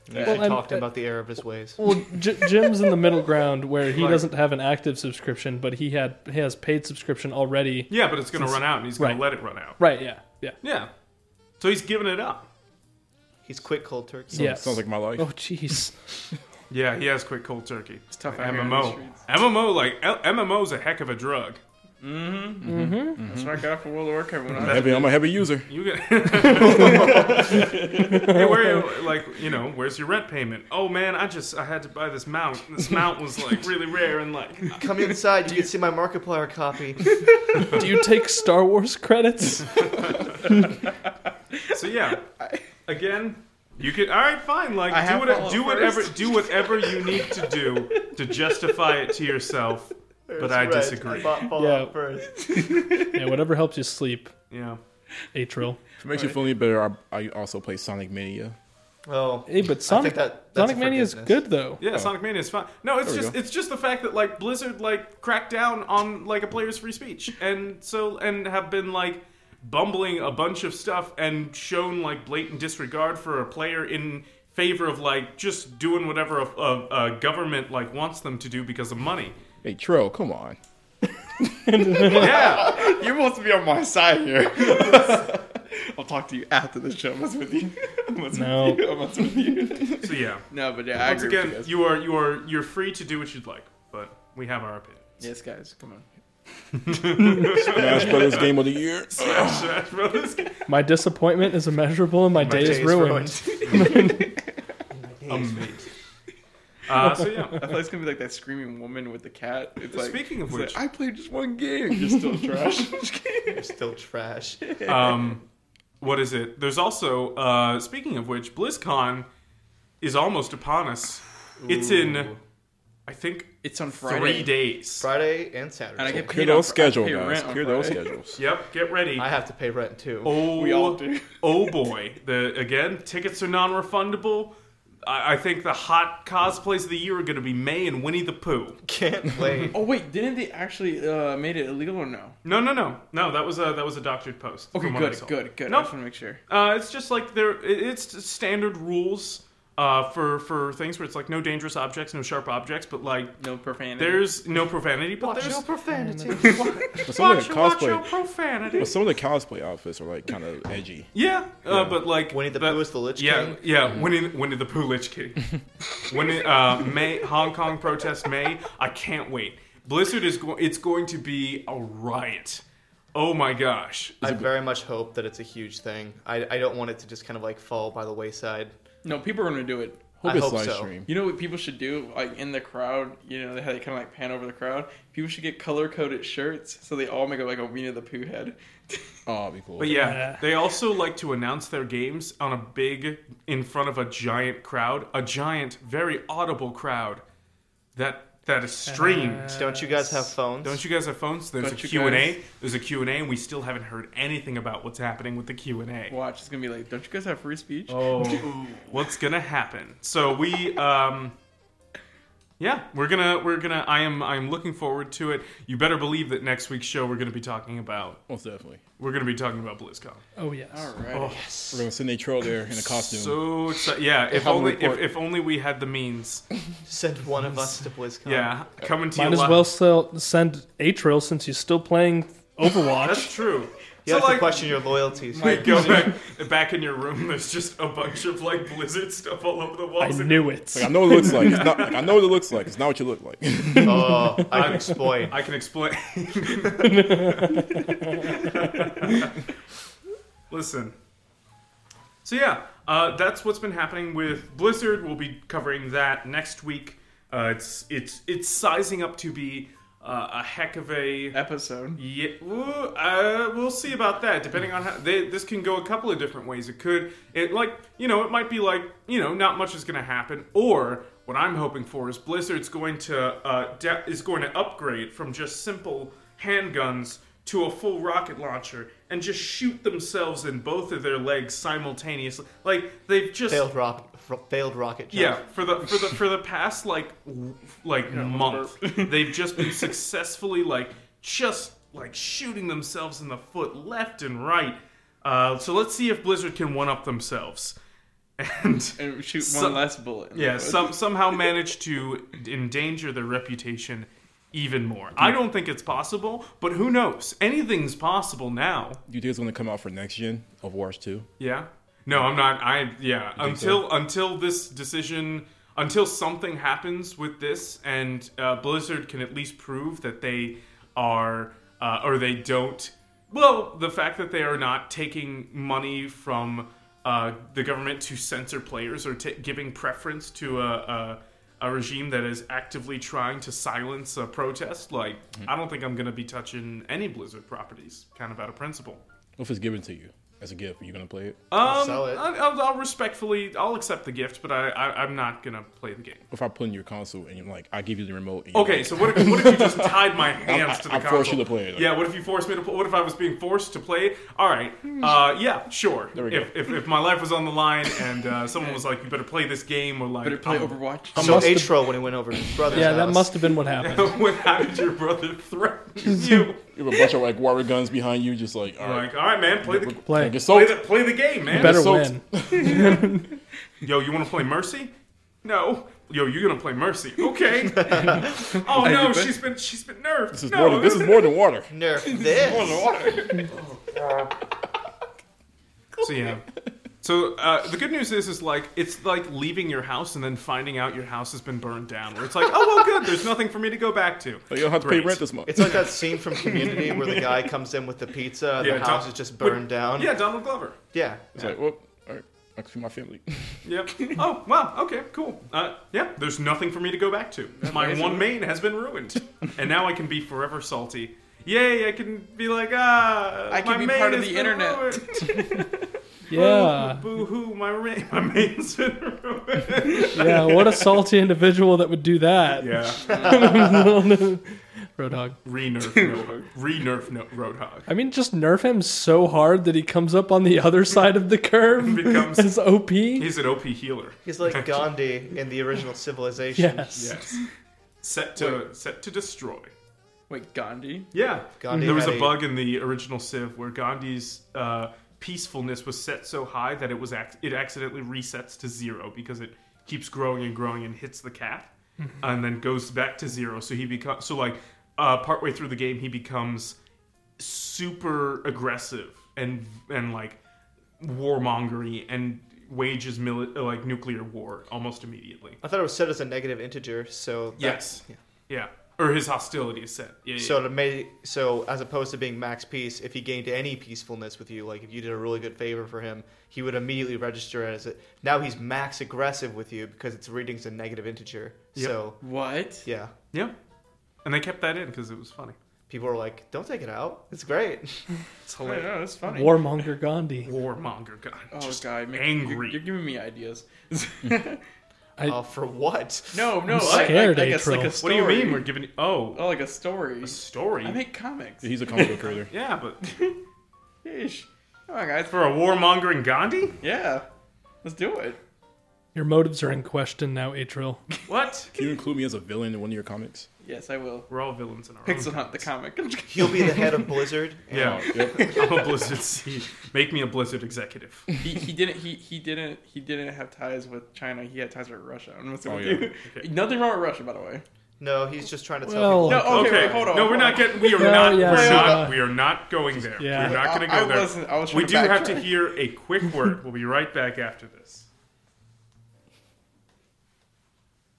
[SPEAKER 3] you
[SPEAKER 2] Well,
[SPEAKER 3] should
[SPEAKER 2] I'm- uh,
[SPEAKER 3] talk to him about the error of his ways.
[SPEAKER 2] Well, J- Jim's in the middle ground where he
[SPEAKER 1] Right.
[SPEAKER 2] doesn't have an active subscription, but he had he has paid subscription already.
[SPEAKER 1] Yeah, but it's gonna run out, and he's gonna
[SPEAKER 2] Right.
[SPEAKER 1] let it run out.
[SPEAKER 2] Right. Yeah. Yeah.
[SPEAKER 1] Yeah, so he's giving it up.
[SPEAKER 3] He's quit cold turkey.
[SPEAKER 2] yes.
[SPEAKER 4] Sounds like my life.
[SPEAKER 2] Oh, jeez.
[SPEAKER 1] Yeah, he has quit cold turkey. It's
[SPEAKER 5] tough out here in the
[SPEAKER 1] MMO.
[SPEAKER 5] streets.
[SPEAKER 1] MMO like L- MMO's a heck of a drug.
[SPEAKER 5] Mm-hmm. That's what I got for World of Warcraft when I was
[SPEAKER 4] Heavy, I'm a heavy user.
[SPEAKER 1] You get. hey, where you, like you know? Where's your rent payment? Oh man, I just I had to buy this mount. This mount was like really rare and like
[SPEAKER 3] Come inside. You can see my Markiplier copy.
[SPEAKER 2] Do you take Star Wars credits?
[SPEAKER 1] so yeah. Again, you could all right, fine. Like
[SPEAKER 5] I
[SPEAKER 1] do
[SPEAKER 5] have
[SPEAKER 1] what,
[SPEAKER 5] follow-up
[SPEAKER 1] do whatever
[SPEAKER 5] first.
[SPEAKER 1] do whatever you need to do to justify it to yourself. But I disagree.
[SPEAKER 2] Yeah.
[SPEAKER 3] first.
[SPEAKER 2] yeah, whatever helps you sleep,
[SPEAKER 1] Yeah.
[SPEAKER 2] Atrial.
[SPEAKER 4] If it makes you feel any better, I, I also play Sonic Mania.
[SPEAKER 3] Oh,
[SPEAKER 2] Hey, but Sonic,
[SPEAKER 3] that- that's
[SPEAKER 2] Sonic Mania is
[SPEAKER 3] forgiveness.
[SPEAKER 2] good though.
[SPEAKER 1] Yeah, Sonic Mania is fine. No, it's
[SPEAKER 4] There we
[SPEAKER 1] just
[SPEAKER 4] go.
[SPEAKER 1] it's just the fact that like Blizzard like cracked down on like a player's free speech, and so and have been like bumbling a bunch of stuff and shown like blatant disregard for a player in favor of like just doing whatever a, a, a government like wants them to do because of money.
[SPEAKER 4] Hey, Tro, come on.
[SPEAKER 1] Yeah,
[SPEAKER 5] You're supposed to be on my side here. I'll talk to you after the show. What's with you? What's
[SPEAKER 2] No.
[SPEAKER 5] with you? What's with you?
[SPEAKER 1] so yeah.
[SPEAKER 5] no, but yeah, I
[SPEAKER 1] Once
[SPEAKER 5] agree with
[SPEAKER 1] again,
[SPEAKER 5] you guys.
[SPEAKER 1] you are you are you're free to do what you'd like, but we have our opinion.
[SPEAKER 5] Yes, guys, come on.
[SPEAKER 4] Smash Brothers Game of the Year.
[SPEAKER 1] Smash Brothers.
[SPEAKER 2] My disappointment is immeasurable, and my, day, is ruined.
[SPEAKER 1] Amazing. Uh, so yeah.
[SPEAKER 5] I feel like it's gonna be like that screaming woman with the cat. It's like,
[SPEAKER 1] Speaking of
[SPEAKER 5] it's
[SPEAKER 1] which,
[SPEAKER 5] like, I played just one game. You're still trash.
[SPEAKER 3] You're still trash.
[SPEAKER 1] um, what is it? There's also, uh, speaking of which, BlizzCon is almost upon us. It's in, I think,
[SPEAKER 5] it's on
[SPEAKER 1] three
[SPEAKER 5] Friday.
[SPEAKER 1] days.
[SPEAKER 3] Friday and Saturday.
[SPEAKER 5] And I get
[SPEAKER 4] Clear
[SPEAKER 5] paid on
[SPEAKER 4] those
[SPEAKER 5] Fri- I pay
[SPEAKER 4] schedules,
[SPEAKER 5] rent
[SPEAKER 4] guys.
[SPEAKER 5] on
[SPEAKER 4] Clear those
[SPEAKER 5] Friday.
[SPEAKER 4] schedules.
[SPEAKER 1] Yep, get ready.
[SPEAKER 3] I have to pay rent too.
[SPEAKER 1] oh,
[SPEAKER 5] We all do.
[SPEAKER 1] oh boy. The again, tickets are non-refundable. I, I think the hot cosplays of the year are going to be May and Winnie the Pooh.
[SPEAKER 3] Can't wait.
[SPEAKER 5] Oh wait, didn't they actually uh, made it illegal or no?
[SPEAKER 1] No, no, no, no. That was a that was a doctored post.
[SPEAKER 5] Okay,
[SPEAKER 1] from what I
[SPEAKER 5] good,
[SPEAKER 1] saw.
[SPEAKER 5] good, good. I
[SPEAKER 1] Nope.
[SPEAKER 5] just want to make sure.
[SPEAKER 1] Uh, it's just like there. it- It's standard rules uh, for for things where it's like no dangerous objects, no sharp objects, but like
[SPEAKER 5] No profanity.
[SPEAKER 1] there's no profanity. But there's
[SPEAKER 3] profanity.
[SPEAKER 4] But some of
[SPEAKER 1] watch,
[SPEAKER 4] the
[SPEAKER 1] watch your
[SPEAKER 4] cosplay,
[SPEAKER 1] profanity.
[SPEAKER 4] but some of the cosplay outfits are like kind of edgy.
[SPEAKER 1] Yeah, Uh, but like
[SPEAKER 3] Winnie the
[SPEAKER 1] that-
[SPEAKER 3] Pooh is the Lich
[SPEAKER 1] yeah,
[SPEAKER 3] King?
[SPEAKER 1] Yeah, Winnie, Winnie the Pooh Lich King. Winnie, uh, May Hong Kong protest May. I can't wait. Blizzard is going. It's going to be a riot. Oh my gosh.
[SPEAKER 3] I very much hope that it's a huge thing. I, I don't want it to just kind of like fall by the wayside.
[SPEAKER 5] no people are gonna do it.
[SPEAKER 4] Hope
[SPEAKER 3] I
[SPEAKER 4] it's
[SPEAKER 3] hope
[SPEAKER 4] live
[SPEAKER 3] so.
[SPEAKER 4] stream.
[SPEAKER 5] You know what people should do, like in the crowd. You know they how they kind of like pan over the crowd. People should get color coded shirts so they all make like a Winnie the Pooh head.
[SPEAKER 4] Oh, that'd be cool.
[SPEAKER 1] But yeah, they also like to announce their games on a big, in front of a giant crowd, a giant, very audible crowd that that is streamed.
[SPEAKER 4] Uh,
[SPEAKER 3] Don't you guys have phones?
[SPEAKER 1] Don't you guys have phones? There's a
[SPEAKER 5] Don't you
[SPEAKER 1] Q and A.
[SPEAKER 5] guys-
[SPEAKER 1] There's a Q and A, and we still haven't heard anything about what's happening with the Q and A.
[SPEAKER 5] Watch, it's gonna be like, don't you guys have free speech?
[SPEAKER 1] Oh, what's gonna happen? So we, um, yeah, we're gonna, we're gonna. I am, I am looking forward to it. You better believe that next week's show we're gonna be talking about,
[SPEAKER 4] Most definitely.
[SPEAKER 1] we're gonna be talking about BlizzCon.
[SPEAKER 2] Oh yes.
[SPEAKER 5] All right.
[SPEAKER 4] We're gonna send a troll there in a costume.
[SPEAKER 1] So exci- yeah, if
[SPEAKER 5] Home
[SPEAKER 1] only if,
[SPEAKER 5] report.
[SPEAKER 1] if only we had the means.
[SPEAKER 3] Send one of us to BlizzCon.
[SPEAKER 1] Yeah, coming to
[SPEAKER 2] Might
[SPEAKER 1] you
[SPEAKER 2] as
[SPEAKER 1] live.
[SPEAKER 2] well sell, send Atrial since he's still playing Overwatch.
[SPEAKER 1] That's true.
[SPEAKER 3] You
[SPEAKER 1] so
[SPEAKER 3] have
[SPEAKER 1] like,
[SPEAKER 3] to question your loyalties.
[SPEAKER 1] we go back back in your room. There's just a bunch of like blizzard stuff all over the
[SPEAKER 2] I
[SPEAKER 1] walls. and-
[SPEAKER 2] knew it.
[SPEAKER 4] Like, I know what it looks like. It's not, like, I know what it looks like. It's not what you look like.
[SPEAKER 3] oh, I can exploit.
[SPEAKER 1] I can explain. Listen. So yeah, uh, that's what's been happening with Blizzard. We'll be covering that next week. Uh, it's it's it's sizing up to be uh, a heck of a
[SPEAKER 5] Episode.
[SPEAKER 1] Yeah, well, uh, we'll see about that. Depending on how they, this can go, a couple of different ways. It could, it like you know, it might be like you know, not much is going to happen. Or what I'm hoping for is Blizzard's going to uh, de- is going to upgrade from just simple handguns to a full rocket launcher and just shoot themselves in both of their legs simultaneously. Like they've just
[SPEAKER 3] Failed, rock, failed rocket jump.
[SPEAKER 1] yeah, for the for the for the past like w- like month, they've just been successfully like just like shooting themselves in the foot left and right. Uh, so let's see if Blizzard can one up themselves, and
[SPEAKER 5] And shoot
[SPEAKER 1] Some-
[SPEAKER 5] one less bullet. in the
[SPEAKER 1] yeah,
[SPEAKER 5] foot.
[SPEAKER 1] some somehow manage to endanger their reputation even more. I don't think it's possible, but who knows? Anything's possible now.
[SPEAKER 4] you think it's gonna come out for next gen Overwatch 2?
[SPEAKER 1] Yeah. No, I'm not. I yeah. Until until this decision, until something happens with this, and uh, Blizzard can at least prove that they are uh, or they don't. Well, the fact that they are not taking money from uh, the government to censor players or t- giving preference to a, a, a regime that is actively trying to silence a protest, like, I don't think I'm going to be touching any Blizzard properties, kind of out of principle.
[SPEAKER 4] If it's given to you as a gift, are you gonna play it?
[SPEAKER 1] Um,
[SPEAKER 3] sell it.
[SPEAKER 1] I, I'll, I'll respectfully, I'll accept the gift, but I, I, I'm not gonna play the game.
[SPEAKER 4] If I put in your console and you're like, I give you the remote. And you're
[SPEAKER 1] Okay,
[SPEAKER 4] like,
[SPEAKER 1] so what if, what if you just tied my hands to the
[SPEAKER 4] I- I
[SPEAKER 1] console?
[SPEAKER 4] forced you to play it.
[SPEAKER 1] Yeah, what if you forced me to play? What if I was being forced to play it? All right, uh, yeah, sure.
[SPEAKER 4] There we
[SPEAKER 1] if, if if my life was on the line and uh, someone was like, "You better play this game," or like, um,
[SPEAKER 5] Better play
[SPEAKER 1] "I'm-
[SPEAKER 5] Overwatch.
[SPEAKER 3] So
[SPEAKER 2] must have-
[SPEAKER 3] Atro when he went over to his brother's
[SPEAKER 2] Yeah, that
[SPEAKER 3] house.
[SPEAKER 2] must have been what happened.
[SPEAKER 1] when how did your brother threaten you?
[SPEAKER 4] You have a bunch of like water guns behind you, just like all right,
[SPEAKER 1] Like, all right, man, play the
[SPEAKER 2] Play.
[SPEAKER 4] like, it's
[SPEAKER 1] play
[SPEAKER 4] so
[SPEAKER 1] the play the game, man.
[SPEAKER 2] Better
[SPEAKER 4] so-
[SPEAKER 2] win.
[SPEAKER 1] Yo, you want to play Mercy? No. Yo, you're gonna play Mercy? Okay. oh no, she's been she's been nerfed.
[SPEAKER 4] this is
[SPEAKER 1] no.
[SPEAKER 4] more than this is more than water.
[SPEAKER 3] nerf this.
[SPEAKER 1] So yeah. So uh, the good news is, is like it's like leaving your house and then finding out your house has been burned down. Where it's like, oh well, good. There's nothing for me to go back to.
[SPEAKER 4] Like, you don't have to
[SPEAKER 1] Great.
[SPEAKER 4] pay rent this month.
[SPEAKER 3] It's like that scene from Community where the guy comes in with the pizza and
[SPEAKER 1] Yeah,
[SPEAKER 3] the house
[SPEAKER 1] Don-
[SPEAKER 3] is just burned down.
[SPEAKER 1] Yeah, Donald Glover.
[SPEAKER 3] Yeah.
[SPEAKER 4] It's like, well, all right, I can see my family.
[SPEAKER 1] Yep. Oh wow. Okay. Cool. Uh, yeah. There's nothing for me to go back to. My one main has been ruined, and now I can be forever salty. Yay! I can be like, ah,
[SPEAKER 5] I can
[SPEAKER 1] my
[SPEAKER 5] be
[SPEAKER 1] main
[SPEAKER 5] part of
[SPEAKER 1] has
[SPEAKER 5] the
[SPEAKER 1] been
[SPEAKER 5] internet.
[SPEAKER 1] ruined.
[SPEAKER 2] Yeah.
[SPEAKER 1] Boo hoo! My, ra- my main's been ruined.
[SPEAKER 2] Yeah, what a salty individual that would do that.
[SPEAKER 1] yeah.
[SPEAKER 2] Roadhog.
[SPEAKER 1] Re-nerf no. Re-nerf no. Roadhog.
[SPEAKER 2] I mean, just nerf him so hard that he comes up on the other side of the curve
[SPEAKER 1] Becomes-
[SPEAKER 2] as OP.
[SPEAKER 1] He's an OP healer.
[SPEAKER 3] He's like Gandhi in the original civilization.
[SPEAKER 2] Yes.
[SPEAKER 1] Yes. Set to set to destroy.
[SPEAKER 5] Wait, Gandhi?
[SPEAKER 1] Yeah.
[SPEAKER 3] Gandhi
[SPEAKER 1] there was
[SPEAKER 3] had
[SPEAKER 1] a bug in the original Civ where Gandhi's uh, peacefulness was set so high that it was ac- it accidentally resets to zero because it keeps growing and growing and hits the cap and then goes back to zero. So he becomes so like uh, partway through the game he becomes super aggressive and and like warmongery and wages mili- like nuclear war almost immediately.
[SPEAKER 3] I thought it was set as a negative integer, so that-
[SPEAKER 1] Yes.
[SPEAKER 3] yeah.
[SPEAKER 1] Yeah. Or his hostility is set. Yeah. yeah.
[SPEAKER 3] So to make so as opposed to being max peace, if he gained any peacefulness with you, like if you did a really good favor for him, he would immediately register as it. Now he's max aggressive with you because its reading's a negative integer.
[SPEAKER 1] Yep.
[SPEAKER 3] So
[SPEAKER 5] What?
[SPEAKER 3] yeah,
[SPEAKER 1] yeah. And they kept that in because it was funny.
[SPEAKER 3] people are like, "Don't take it out. It's great."
[SPEAKER 1] It's
[SPEAKER 5] I don't
[SPEAKER 1] hilarious.
[SPEAKER 5] know, Oh, that's funny.
[SPEAKER 2] Warmonger Gandhi.
[SPEAKER 1] Warmonger God.
[SPEAKER 5] oh,
[SPEAKER 1] Just
[SPEAKER 5] God. Make,
[SPEAKER 1] angry. Hmm.
[SPEAKER 5] You're, you're giving me ideas.
[SPEAKER 2] I-
[SPEAKER 3] uh, for what?
[SPEAKER 5] no, no. I-
[SPEAKER 2] scared,
[SPEAKER 5] I, I, guess like a
[SPEAKER 2] April.
[SPEAKER 1] what do
[SPEAKER 5] story.
[SPEAKER 1] you mean we're giving you- Oh,
[SPEAKER 5] Oh, like a story.
[SPEAKER 1] a story?
[SPEAKER 5] I make comics.
[SPEAKER 4] He's a comic book creator.
[SPEAKER 1] yeah, but
[SPEAKER 5] Yeesh. Come on, guys.
[SPEAKER 1] for a warmongering Gandhi?
[SPEAKER 5] Yeah. Let's do it.
[SPEAKER 2] Your motives are in question now, Atril.
[SPEAKER 1] What?
[SPEAKER 4] Can you include me as a villain in one of your comics?
[SPEAKER 5] Yes, I will.
[SPEAKER 1] We're all villains in our
[SPEAKER 5] Pixel
[SPEAKER 1] own.
[SPEAKER 5] Hunt, Oh, the comic.
[SPEAKER 3] He'll be the head of Blizzard. and
[SPEAKER 1] Yeah.
[SPEAKER 4] Yep.
[SPEAKER 1] I'm a Blizzard C. Make me a Blizzard executive.
[SPEAKER 5] he, he didn't he, he didn't he didn't have ties with China. He had ties with Russia. I'm just gonna
[SPEAKER 4] Oh,
[SPEAKER 5] do nothing wrong with Russia, by the way.
[SPEAKER 3] No, he's just trying to tell
[SPEAKER 2] Well-
[SPEAKER 3] people.
[SPEAKER 5] No, okay,
[SPEAKER 1] okay.
[SPEAKER 5] wait, hold on.
[SPEAKER 1] no,
[SPEAKER 5] hold
[SPEAKER 1] we're
[SPEAKER 5] on.
[SPEAKER 1] not getting. We are
[SPEAKER 2] No,
[SPEAKER 1] not.
[SPEAKER 2] yeah,
[SPEAKER 1] we're
[SPEAKER 2] so,
[SPEAKER 1] not.
[SPEAKER 2] uh,
[SPEAKER 1] We are not going there.
[SPEAKER 2] yeah.
[SPEAKER 1] We're not going to go
[SPEAKER 5] I, I
[SPEAKER 1] there.
[SPEAKER 5] wasn't. I was
[SPEAKER 1] we do
[SPEAKER 5] trying
[SPEAKER 1] have to
[SPEAKER 5] backtrack.
[SPEAKER 1] hear a quick word. We'll be right back after this.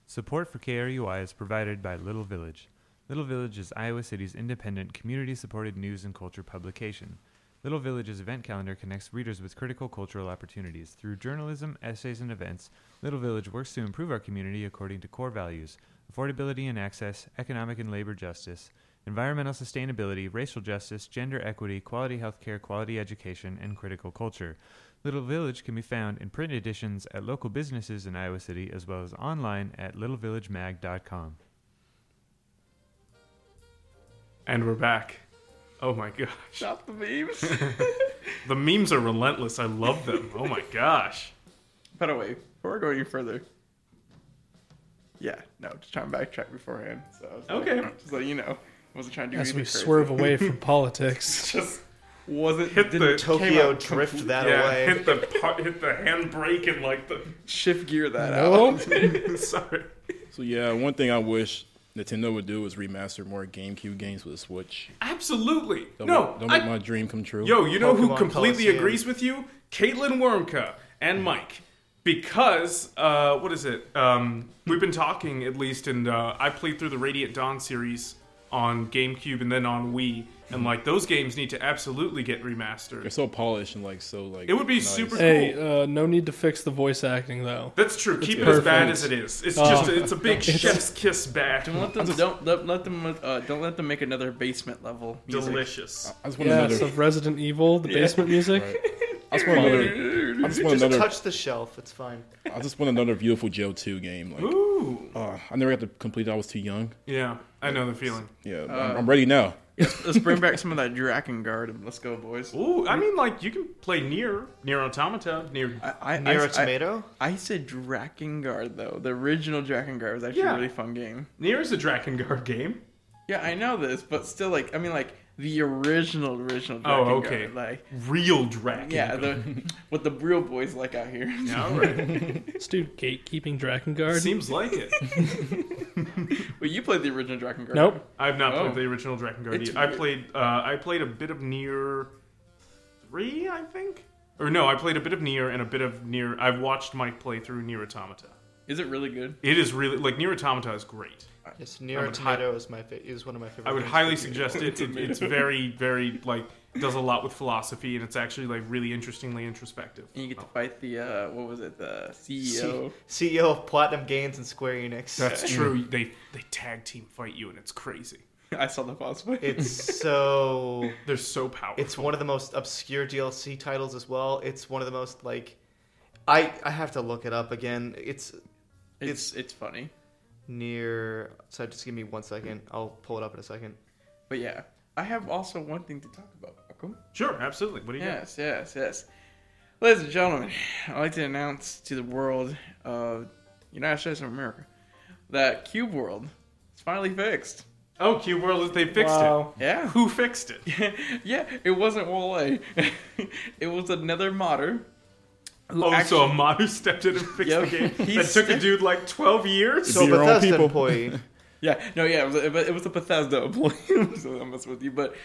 [SPEAKER 7] Support for KRUI is provided by Little Village. Little Village is Iowa City's independent, community supported news and culture publication. Little Village's event calendar connects readers with critical cultural opportunities. Through journalism, essays, and events, Little Village works to improve our community according to core values affordability and access, economic and labor justice, environmental sustainability, racial justice, gender equity, quality healthcare, quality education, and critical culture. Little Village can be found in print editions at local businesses in Iowa City as well as online at littlevillagemag.com.
[SPEAKER 1] And we're back. Oh my gosh.
[SPEAKER 5] Stop the memes.
[SPEAKER 1] The memes are relentless. I love them. Oh my gosh.
[SPEAKER 5] by the way, before we're going further. Yeah, no, just trying to backtrack beforehand. So I was like-
[SPEAKER 1] Okay.
[SPEAKER 5] just letting you know, I wasn't trying to do
[SPEAKER 2] As
[SPEAKER 5] anything
[SPEAKER 2] we
[SPEAKER 5] crazy.
[SPEAKER 2] swerve away from politics.
[SPEAKER 5] Just wasn't
[SPEAKER 1] Hit
[SPEAKER 5] didn't
[SPEAKER 1] the-
[SPEAKER 3] Tokyo drift that
[SPEAKER 1] Yeah,
[SPEAKER 3] away.
[SPEAKER 1] hit the par- hit the handbrake and like the
[SPEAKER 5] shift gear that
[SPEAKER 1] Oh.
[SPEAKER 5] out.
[SPEAKER 1] sorry.
[SPEAKER 4] So yeah, one thing I wish Nintendo would do is remaster more GameCube games with a Switch.
[SPEAKER 1] Absolutely.
[SPEAKER 4] Don't
[SPEAKER 1] no.
[SPEAKER 4] make, don't
[SPEAKER 1] I-
[SPEAKER 4] make my dream come true.
[SPEAKER 1] yo, you know who
[SPEAKER 3] Pokemon
[SPEAKER 1] completely
[SPEAKER 3] Coliseum.
[SPEAKER 1] agrees with you? Caitlin Wormka
[SPEAKER 3] Hmm.
[SPEAKER 1] and Mike. Because uh, what is it? Um, we've been talking at least, and uh, I played through the Radiant Dawn series on GameCube and then on Wii,
[SPEAKER 4] Hmm.
[SPEAKER 1] and like those games need to absolutely get remastered.
[SPEAKER 4] They're so polished and like so like.
[SPEAKER 1] It would be
[SPEAKER 4] nice.
[SPEAKER 1] super-
[SPEAKER 2] Hey, uh, no need to fix the voice acting though.
[SPEAKER 1] That's true. Keep it as bad
[SPEAKER 2] perfect.
[SPEAKER 1] as it is. It's
[SPEAKER 2] Oh.
[SPEAKER 1] just it's a big chef's kiss back.
[SPEAKER 5] Don't let them don't let, let them uh, don't let them make another basement level. Music.
[SPEAKER 1] Delicious.
[SPEAKER 4] I just want
[SPEAKER 2] Yeah,
[SPEAKER 4] another.
[SPEAKER 2] so Resident Evil, the basement music.
[SPEAKER 4] Right. I just want another. I just want
[SPEAKER 3] Just
[SPEAKER 4] another.
[SPEAKER 3] touch the shelf. It's fine.
[SPEAKER 4] I just want another beautiful Joe two game.
[SPEAKER 5] Oh.
[SPEAKER 4] Like,
[SPEAKER 1] Ooh.
[SPEAKER 4] uh, I never got to complete. it. I was too young.
[SPEAKER 1] Yeah, I know the feeling.
[SPEAKER 4] Yeah,
[SPEAKER 1] Uh,
[SPEAKER 4] I'm, I'm ready now.
[SPEAKER 5] Let's bring back some of that Draken Guard and let's go, boys.
[SPEAKER 1] Ooh, I mean, like you can play near near automata near.
[SPEAKER 5] I, I,
[SPEAKER 3] Near
[SPEAKER 5] I,
[SPEAKER 3] a tomato.
[SPEAKER 5] I, I said Draken Guard though. The original Draken Guard was actually
[SPEAKER 1] Yeah.
[SPEAKER 5] a really fun game.
[SPEAKER 1] Near is a Dragon Guard game.
[SPEAKER 5] Yeah, I know this, but still, like, I mean, like the original, original. Dragon
[SPEAKER 1] Oh, okay.
[SPEAKER 5] Guard, like,
[SPEAKER 1] Real Dragon.
[SPEAKER 5] yeah,
[SPEAKER 1] Guard.
[SPEAKER 5] the what the real boys like out here.
[SPEAKER 1] Yeah, all right.
[SPEAKER 2] This dude gatekeeping Drakengard.
[SPEAKER 1] Seems like it.
[SPEAKER 5] well, you played the original Dragon Guard.
[SPEAKER 2] nope.
[SPEAKER 1] I've not
[SPEAKER 5] Oh.
[SPEAKER 1] played the original Dragon Guard.
[SPEAKER 5] It's
[SPEAKER 1] either. I
[SPEAKER 5] weird.
[SPEAKER 1] played uh, I played a bit of Near three, I think, or no, I played a bit of Near and a bit of Near. I've watched Mike play through Near Automata.
[SPEAKER 5] Is it really good?
[SPEAKER 1] It is really like Near Automata is great.
[SPEAKER 3] Yes, near a tomato is my fa- is one of my favorite.
[SPEAKER 1] I would
[SPEAKER 3] games
[SPEAKER 1] highly
[SPEAKER 3] to do.
[SPEAKER 1] suggest it. It- It's very, very like does a lot with philosophy, and it's actually like really interestingly introspective.
[SPEAKER 5] And you get to fight the uh, what was it? The E CEO.
[SPEAKER 3] C- CEO of Platinum Games and Square Enix.
[SPEAKER 1] That's true. They they tag team fight you, and it's crazy.
[SPEAKER 5] I saw the boss fight.
[SPEAKER 3] It's so.
[SPEAKER 1] They're so powerful.
[SPEAKER 3] It's one of the most obscure DLC titles as well. It's one of the most like, I I have to look it up again. It's
[SPEAKER 5] it's it's funny,
[SPEAKER 3] near. So just give me one second. I'll pull it up in a second.
[SPEAKER 5] but yeah, I have also one thing to talk about. Malcolm.
[SPEAKER 1] sure, absolutely. What do you got?
[SPEAKER 5] Yes, yes, yes. Ladies and gentlemen, I'd like to announce to the world of United States of America that Cube World is finally fixed.
[SPEAKER 1] Oh, Cube World, they fixed
[SPEAKER 2] Wow.
[SPEAKER 1] it.
[SPEAKER 5] Yeah.
[SPEAKER 1] Who fixed it?
[SPEAKER 5] yeah, it wasn't Wale. it was another modder. who
[SPEAKER 1] Oh, so
[SPEAKER 5] actually-
[SPEAKER 1] a mod who stepped in and fixed
[SPEAKER 5] Yep.
[SPEAKER 1] the game that
[SPEAKER 5] He's-
[SPEAKER 1] took a dude like twelve years.
[SPEAKER 3] So
[SPEAKER 4] your own
[SPEAKER 3] Bethesda
[SPEAKER 4] people.
[SPEAKER 3] employee.
[SPEAKER 5] Yeah, no, yeah, it was a, but it was a Bethesda employee, so I mess with you. But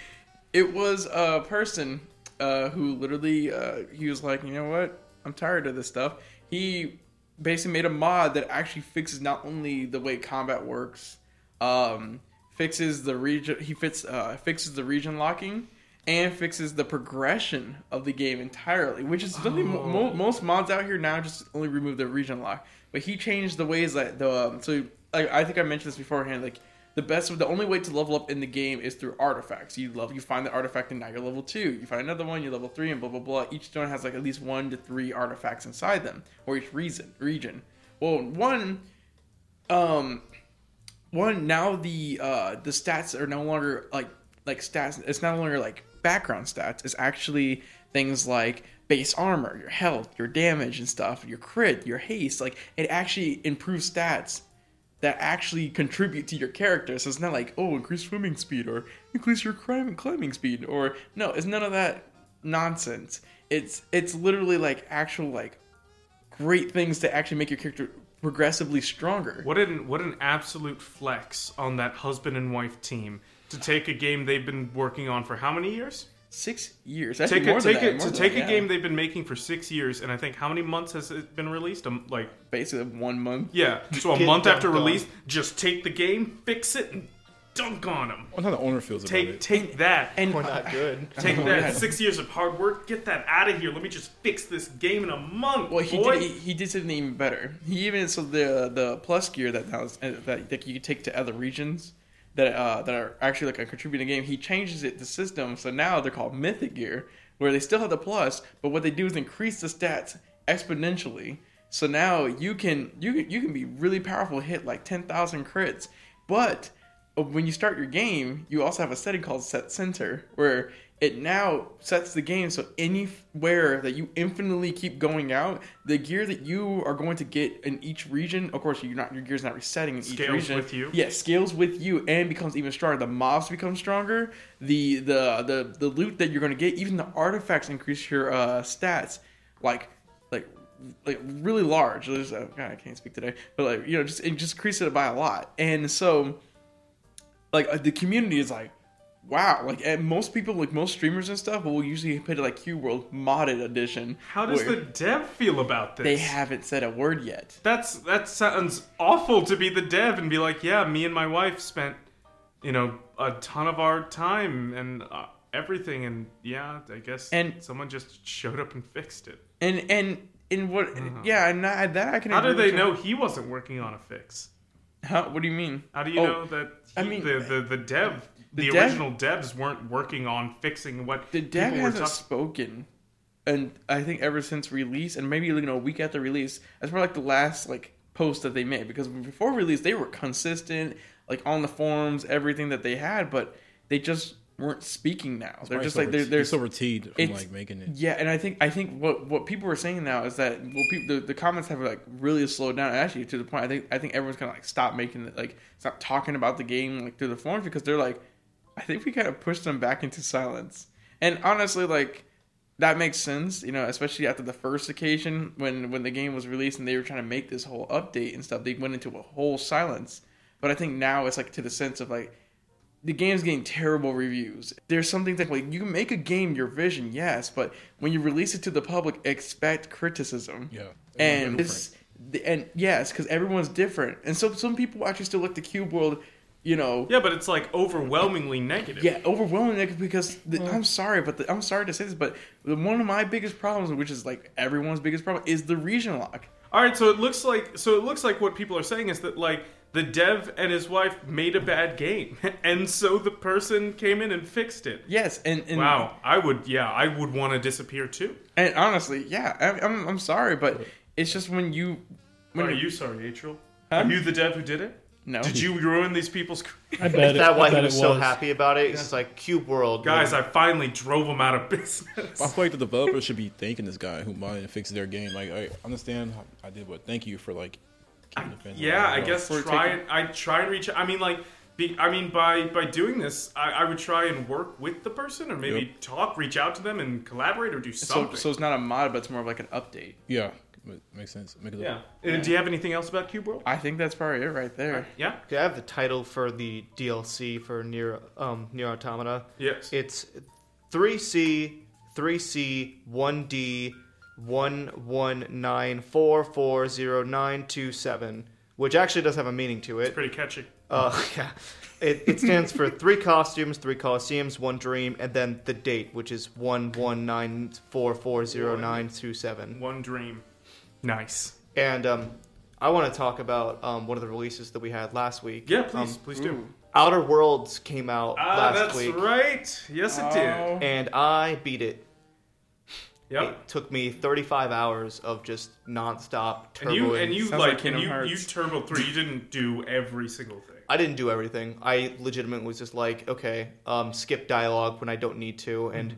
[SPEAKER 5] it was a person uh, who literally uh, he was like, you know what, I'm tired of this stuff. He basically made a mod that actually fixes not only the way combat works, um, fixes the region. He fits uh, fixes the region locking. And fixes the progression of the game entirely, which is something mo- mo- most mods out here now just only remove the region lock. But he changed the ways that the um, so like I think I mentioned this beforehand. Like the best, the only way to level up in the game is through artifacts. You love, you find the artifact, and now you're level two. You find another one, you're level three, and blah blah blah. Each zone has like at least one to three artifacts inside them, or each reason region. Well, one, um, one now the uh the stats are no longer like like stats it's no longer like background stats it's actually things like base armor your health your damage and stuff your crit your haste like it actually improves stats that actually contribute to your character so it's not like oh increase swimming speed or increase your climbing climbing speed or no it's none of that nonsense it's it's literally like actual like great things to actually make your character progressively stronger
[SPEAKER 1] What an what an absolute flex on that husband and wife team to take a game they've been working on for how many years?
[SPEAKER 5] six years. That's
[SPEAKER 1] Take
[SPEAKER 5] more
[SPEAKER 1] a,
[SPEAKER 5] than
[SPEAKER 1] take
[SPEAKER 5] that,
[SPEAKER 1] a,
[SPEAKER 5] more
[SPEAKER 1] to
[SPEAKER 5] than
[SPEAKER 1] take a
[SPEAKER 5] that, yeah.
[SPEAKER 1] game they've been making for six years, and I think how many months has it been released? Um, like
[SPEAKER 5] basically one month.
[SPEAKER 1] yeah, so a
[SPEAKER 3] get
[SPEAKER 1] month after
[SPEAKER 3] dunked on.
[SPEAKER 1] release, just take the game, fix it, and dunk on them.
[SPEAKER 4] Well, how the owner feels about
[SPEAKER 1] Take
[SPEAKER 4] it.
[SPEAKER 1] take that and
[SPEAKER 5] And
[SPEAKER 3] We're not good.
[SPEAKER 1] take
[SPEAKER 5] Oh, yeah.
[SPEAKER 1] that six years of hard work. Get that out of here. Let me just fix this game in a month.
[SPEAKER 5] well, he
[SPEAKER 1] boy.
[SPEAKER 5] did, he, he did something even better. He even so the the plus gear that now is, uh, that, that you take to other regions that uh, that are actually like a contributing game. He changes it the system so now they're called mythic gear, where they still have the plus, but what they do is increase the stats exponentially. So now you can you can, you can be really powerful, hit like ten thousand crits, but Oh, when you start your game, you also have a setting called set center where it now sets the game so anywhere that you infinitely keep going out, the gear that you are going to get in each region, of course, you're not your gear's not resetting in each
[SPEAKER 1] Scales
[SPEAKER 5] region.
[SPEAKER 1] with you.
[SPEAKER 5] Yeah, scales with you and becomes even stronger. The mobs become stronger. The the the, the loot that you're going to get, even the artifacts increase your uh, stats. Like like like really large. There's oh god, I can't speak today, but like you know, just it just increased it by a lot. And so, like uh, the community is like, wow. Like and most people, like most streamers and stuff, will usually put like Q World modded edition.
[SPEAKER 1] How does
[SPEAKER 5] where
[SPEAKER 1] the dev feel about this?
[SPEAKER 5] they haven't said a word yet?
[SPEAKER 1] That's that sounds awful to be the dev and be like, yeah, me and my wife spent you know a ton of our time and uh, everything. And yeah, I guess
[SPEAKER 5] And-
[SPEAKER 1] someone just showed up and fixed it.
[SPEAKER 5] And and and what? Yeah, and I, that I can.
[SPEAKER 1] Uh-huh. How do
[SPEAKER 5] agree
[SPEAKER 1] they
[SPEAKER 5] with
[SPEAKER 1] know
[SPEAKER 5] you.
[SPEAKER 1] he wasn't working on a fix?
[SPEAKER 5] How, what do you mean?
[SPEAKER 1] How do you
[SPEAKER 5] Oh,
[SPEAKER 1] know that he,
[SPEAKER 5] I mean,
[SPEAKER 1] the, the the dev
[SPEAKER 5] the
[SPEAKER 1] the,
[SPEAKER 5] dev-
[SPEAKER 1] original devs weren't working on fixing what
[SPEAKER 5] The dev
[SPEAKER 1] people were
[SPEAKER 5] hasn't
[SPEAKER 1] talking?
[SPEAKER 5] spoken, and I think ever since release, and maybe you know a week after release, that's probably like the last like post that they made because before release they were consistent, like on the forums, everything that they had, but they just weren't speaking now. They're just like they're, they're
[SPEAKER 4] so fatigued from
[SPEAKER 5] it's-
[SPEAKER 4] like making it.
[SPEAKER 5] Yeah, and I think I think what what people are saying now is that well, people the, the comments have like really slowed down. Actually, to the point I think I think everyone's kind of like stop making it like stop talking about the game like through the forums because they're like, I think we kind of pushed them back into silence. And honestly, like that makes sense, you know, especially after the first occasion when when the game was released and they were trying to make this whole update and stuff. They went into a whole silence. But I think now it's like to the sense of like the game's getting terrible reviews. There's something that like you can make a game your vision, yes, but when you release it to the public, expect criticism.
[SPEAKER 4] Yeah.
[SPEAKER 5] and this, and yes, because everyone's different, and so some people actually still like the Cube World, you know.
[SPEAKER 1] Yeah, but it's like overwhelmingly negative.
[SPEAKER 5] Yeah, overwhelming like, because the, I'm sorry, but the, I'm sorry to say this, but the, one of my biggest problems, which is like everyone's biggest problem, is the region lock.
[SPEAKER 1] All right, so it looks like so it looks like what people are saying is that like the dev and his wife made a bad game, and so the person came in and fixed it.
[SPEAKER 5] Yes, and, and
[SPEAKER 1] Wow, I would yeah, I would want to disappear too.
[SPEAKER 5] and honestly, yeah, I, I'm I'm sorry, but it's just when you when
[SPEAKER 1] are you sorry, Atriel?
[SPEAKER 5] Huh?
[SPEAKER 1] Are you the dev who did it?
[SPEAKER 5] no
[SPEAKER 1] Did you ruin these people's careers?
[SPEAKER 2] I bet
[SPEAKER 3] Is
[SPEAKER 2] it,
[SPEAKER 3] that why
[SPEAKER 2] I bet
[SPEAKER 3] he was
[SPEAKER 2] it
[SPEAKER 3] so happy about it? It's just like Cube World.
[SPEAKER 1] guys? I finally drove them out of business.
[SPEAKER 4] I feel like the developers should be thanking this guy who might and fixed their game. Like, I understand how I did, but thank you for like. keeping the fans
[SPEAKER 1] Yeah,
[SPEAKER 4] alive.
[SPEAKER 1] I guess
[SPEAKER 5] For
[SPEAKER 1] try
[SPEAKER 5] taking-
[SPEAKER 1] and I try and reach. I mean, like, be, I mean, by by doing this, I, I would try and work with the person, or maybe talk, reach out to them, and collaborate, or do
[SPEAKER 5] so
[SPEAKER 1] something.
[SPEAKER 5] so it's not a mod, but it's more of like an update.
[SPEAKER 4] Yeah, ma- makes sense. Make it
[SPEAKER 1] yeah. And Uh, Do you have anything else about Cube World?
[SPEAKER 5] I think that's probably it right there.
[SPEAKER 1] Yeah.
[SPEAKER 3] Okay, I have the title for the DLC for Near um Near Automata.
[SPEAKER 1] Yes.
[SPEAKER 3] It's 3C, 3C, 1D, 119440927, which actually does have a meaning to it.
[SPEAKER 1] Pretty catchy.
[SPEAKER 3] Uh, yeah. It, it stands for three costumes, three coliseums, one dream, and then the date, which is 119440927.
[SPEAKER 1] One dream. Nice.
[SPEAKER 3] And um, I want to talk about um, one of the releases that we had last week.
[SPEAKER 1] Yeah. Please,
[SPEAKER 3] Um,
[SPEAKER 1] please do.
[SPEAKER 5] Ooh.
[SPEAKER 3] Outer Worlds came out
[SPEAKER 1] Ah,
[SPEAKER 3] last
[SPEAKER 1] that's
[SPEAKER 3] week,
[SPEAKER 1] right. Yes, it did.
[SPEAKER 5] Oh.
[SPEAKER 3] and I beat it.
[SPEAKER 1] Yep.
[SPEAKER 3] It took me 35 hours of just nonstop turboing.
[SPEAKER 1] And you and you
[SPEAKER 5] Sounds
[SPEAKER 1] like,
[SPEAKER 5] like
[SPEAKER 1] and
[SPEAKER 5] Kingdom
[SPEAKER 1] you
[SPEAKER 5] Hearts.
[SPEAKER 1] you turbo three. You didn't do every single thing.
[SPEAKER 3] I didn't do everything. I legitimately was just like, okay, um, skip dialogue when I don't need to.
[SPEAKER 1] Mm-hmm.
[SPEAKER 3] And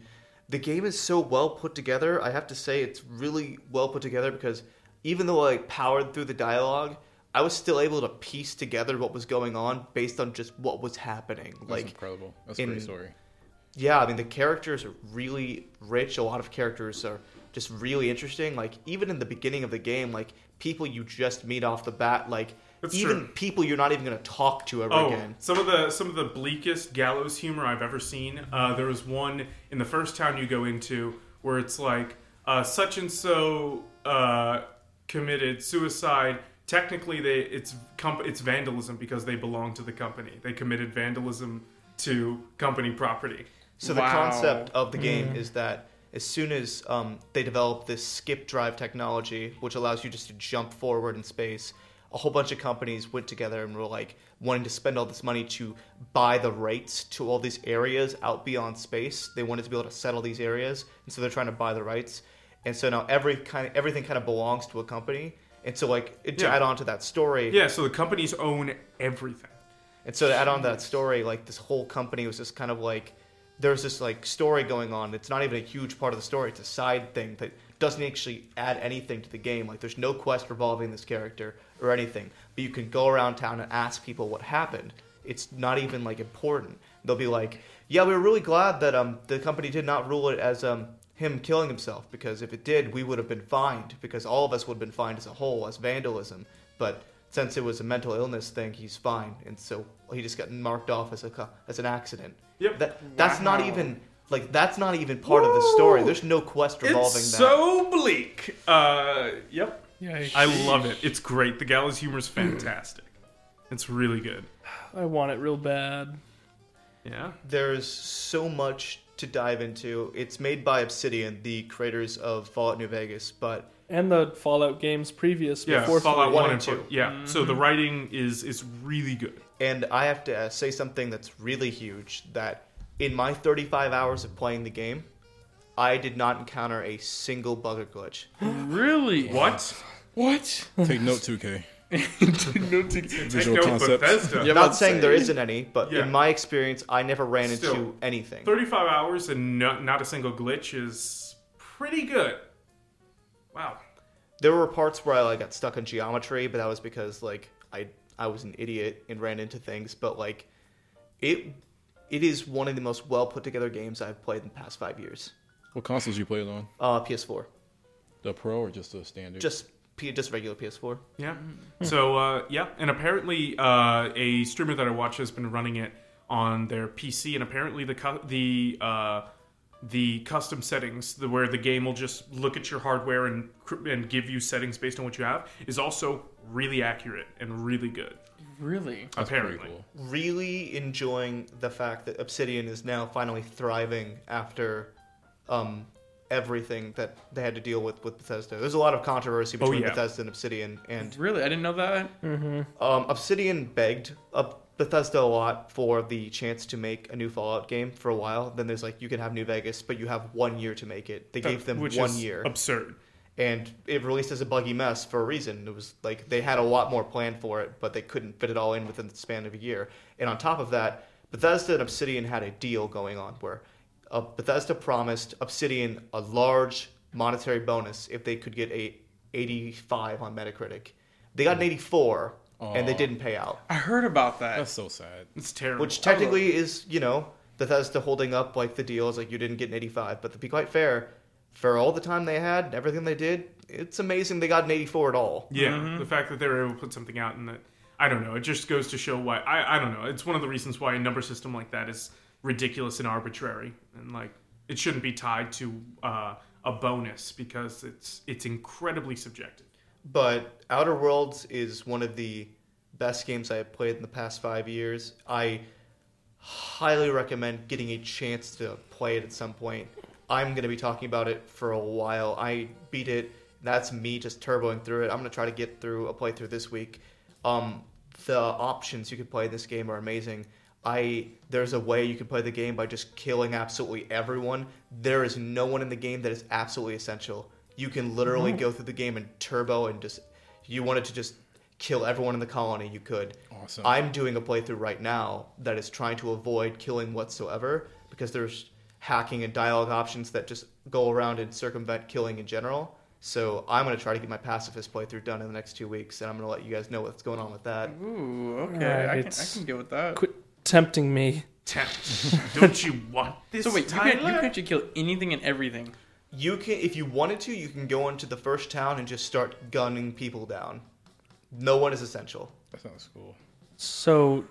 [SPEAKER 3] the game is so well put together. I have to say, it's really well put together because even though I powered through the dialogue, I was still able to piece together what was going on based on just what was happening.
[SPEAKER 4] That's
[SPEAKER 3] like,
[SPEAKER 4] incredible. That's
[SPEAKER 3] in-
[SPEAKER 4] a great story.
[SPEAKER 3] yeah, I mean the characters are really rich. A lot of characters are just really interesting. Like even in the beginning of the game, like people you just meet off the bat, like
[SPEAKER 1] That's
[SPEAKER 3] even
[SPEAKER 1] true.
[SPEAKER 3] people you're not even gonna talk to ever again.
[SPEAKER 1] Oh, Some of the some of the bleakest gallows humor I've ever seen. Uh, there was one in the first town you go into where it's like uh, such and so uh, committed suicide. Technically, they it's comp- it's vandalism because they belong to the company. They committed vandalism to company property.
[SPEAKER 3] So the
[SPEAKER 5] Wow.
[SPEAKER 3] concept of the game is that as soon as um, they develop this skip drive technology, which allows you just to jump forward in space, a whole bunch of companies went together and were like wanting to spend all this money to buy the rights to all these areas out beyond space. They wanted to be able to settle these areas, and so they're trying to buy the rights. And so now every kind of, everything kind of belongs to a company. And so like it- to
[SPEAKER 1] Yeah.
[SPEAKER 3] add on to that story,
[SPEAKER 1] Yeah, so the companies own everything.
[SPEAKER 3] and so to add on to that story, like this whole company was just kind of like there's this like story going on. It's not even a huge part of the story. It's a side thing that doesn't actually add anything to the game. Like there's no quest revolving this character or anything. But you can go around town and ask people what happened. It's not even like important. They'll be like, "Yeah, we were really glad that um the company did not rule it as um him killing himself because if it did, we would have been fined because all of us would have been fined as a whole as vandalism. But since it was a mental illness thing, he's fine, and so he just got marked off as a co- as an accident.
[SPEAKER 1] Yep.
[SPEAKER 3] That that's not
[SPEAKER 5] Wow.
[SPEAKER 3] even like that's not even part of the story. There's no quest revolving
[SPEAKER 1] It's
[SPEAKER 3] that.
[SPEAKER 1] so bleak. Uh, yep.
[SPEAKER 2] Yikes.
[SPEAKER 1] I love it. It's great. The gallows humor's fantastic. It's really good.
[SPEAKER 2] I want it real bad.
[SPEAKER 1] Yeah.
[SPEAKER 3] There's so much to dive into. It's made by Obsidian, the creators of Fallout New Vegas, but
[SPEAKER 2] and the Fallout games previous
[SPEAKER 1] Yeah.
[SPEAKER 2] before
[SPEAKER 1] Fallout One
[SPEAKER 3] One
[SPEAKER 1] and
[SPEAKER 3] and
[SPEAKER 1] Two.
[SPEAKER 3] Two.
[SPEAKER 1] Yeah. So the writing is is really good.
[SPEAKER 3] and I have to uh, say something that's really huge that in my 35 hours of playing the game, I did not encounter a single bug or glitch.
[SPEAKER 5] Really?
[SPEAKER 1] What?
[SPEAKER 5] What?
[SPEAKER 4] Take note, 2K.
[SPEAKER 1] Take
[SPEAKER 4] Visual
[SPEAKER 1] note,
[SPEAKER 4] concept.
[SPEAKER 1] Bethesda.
[SPEAKER 5] Yeah,
[SPEAKER 3] not
[SPEAKER 5] but
[SPEAKER 3] saying there
[SPEAKER 5] say-
[SPEAKER 3] isn't any, but
[SPEAKER 1] Yeah.
[SPEAKER 3] in my experience, I never ran
[SPEAKER 1] Still.
[SPEAKER 3] into anything.
[SPEAKER 1] Thirty-five hours and not, not a single glitch is pretty good. Wow.
[SPEAKER 3] There were parts where I like got stuck in geometry, but that was because like I I was an idiot and ran into things. But like it it is one of the most well put together games I've played in the past five years.
[SPEAKER 4] What consoles you play it on?
[SPEAKER 3] Uh, PS4,
[SPEAKER 4] The Pro or just the standard?
[SPEAKER 3] just P- just regular PS4.
[SPEAKER 1] Yeah. So uh, yeah, and apparently uh, a streamer that I watch has been running it on their PC, and apparently the cu- the uh, the custom settings, the, where the game will just look at your hardware and cr- and give you settings based on what you have, is also really accurate and really good.
[SPEAKER 5] Really?
[SPEAKER 4] That's pretty
[SPEAKER 1] apparently,
[SPEAKER 4] cool.
[SPEAKER 3] Really enjoying the fact that Obsidian is now finally thriving after um everything that they had to deal with with Bethesda. There's a lot of controversy between
[SPEAKER 1] Oh, yeah.
[SPEAKER 3] Bethesda and Obsidian, and
[SPEAKER 5] Really? I didn't know that.
[SPEAKER 3] Um, Obsidian begged uh, Bethesda a lot for the chance to make a new Fallout game for a while. Then there's like, you can have New Vegas, but you have one year to make it. They gave them
[SPEAKER 1] Which
[SPEAKER 3] one
[SPEAKER 1] is
[SPEAKER 3] year,
[SPEAKER 1] Absurd.
[SPEAKER 3] and it released as a buggy mess for a reason. It was like they had a lot more planned for it, but they couldn't fit it all in within the span of a year. And on top of that, Bethesda and Obsidian had a deal going on where uh, Bethesda promised Obsidian a large monetary bonus if they could get a 85 on Metacritic. They got an 84, and they
[SPEAKER 4] Aw.
[SPEAKER 3] didn't pay out
[SPEAKER 5] I heard about that.
[SPEAKER 4] That's so sad.
[SPEAKER 1] It's terrible.
[SPEAKER 3] which technically is you know Bethesda holding up like the deal is like you didn't get an 85, but to be quite fair, for all the time they had and everything they did, it's amazing they got an 84 at all.
[SPEAKER 1] Yeah, the fact that they were able to put something out and that I don't know, it just goes to show why I I don't know. It's one of the reasons why a number system like that is ridiculous and arbitrary and like it shouldn't be tied to uh, a bonus because it's it's incredibly subjective.
[SPEAKER 3] But Outer Worlds is one of the best games I have played in the past five years. I highly recommend getting a chance to play it at some point. I'm going to be talking about it for a while. I beat it. That's me just turboing through it. I'm going to try to get through a playthrough this week. Um, the options you can play in this game are amazing. I there's a way you can play the game by just killing absolutely everyone. There is no one in the game that is absolutely essential. You can literally go through the game and turbo and just you wanted to just kill everyone in the colony, you could.
[SPEAKER 4] Awesome.
[SPEAKER 3] I'm doing a playthrough right now that is trying to avoid killing whatsoever because there's hacking and dialogue options that just go around and circumvent killing in general. So I'm going to try to get my pacifist playthrough done in the next two weeks, and I'm going to let you guys know what's going on with that.
[SPEAKER 5] Ooh, okay.
[SPEAKER 2] Alright,
[SPEAKER 5] I, can, I
[SPEAKER 2] it's-
[SPEAKER 5] can get with that.
[SPEAKER 2] Quit tempting me.
[SPEAKER 1] Tempt. don't you want this?
[SPEAKER 5] So wait, you
[SPEAKER 1] Tyler?
[SPEAKER 5] can, you can actually kill anything and everything.
[SPEAKER 3] You can, if you wanted to, you can go into the first town and just start gunning people down. No one is essential.
[SPEAKER 4] That sounds cool.
[SPEAKER 2] So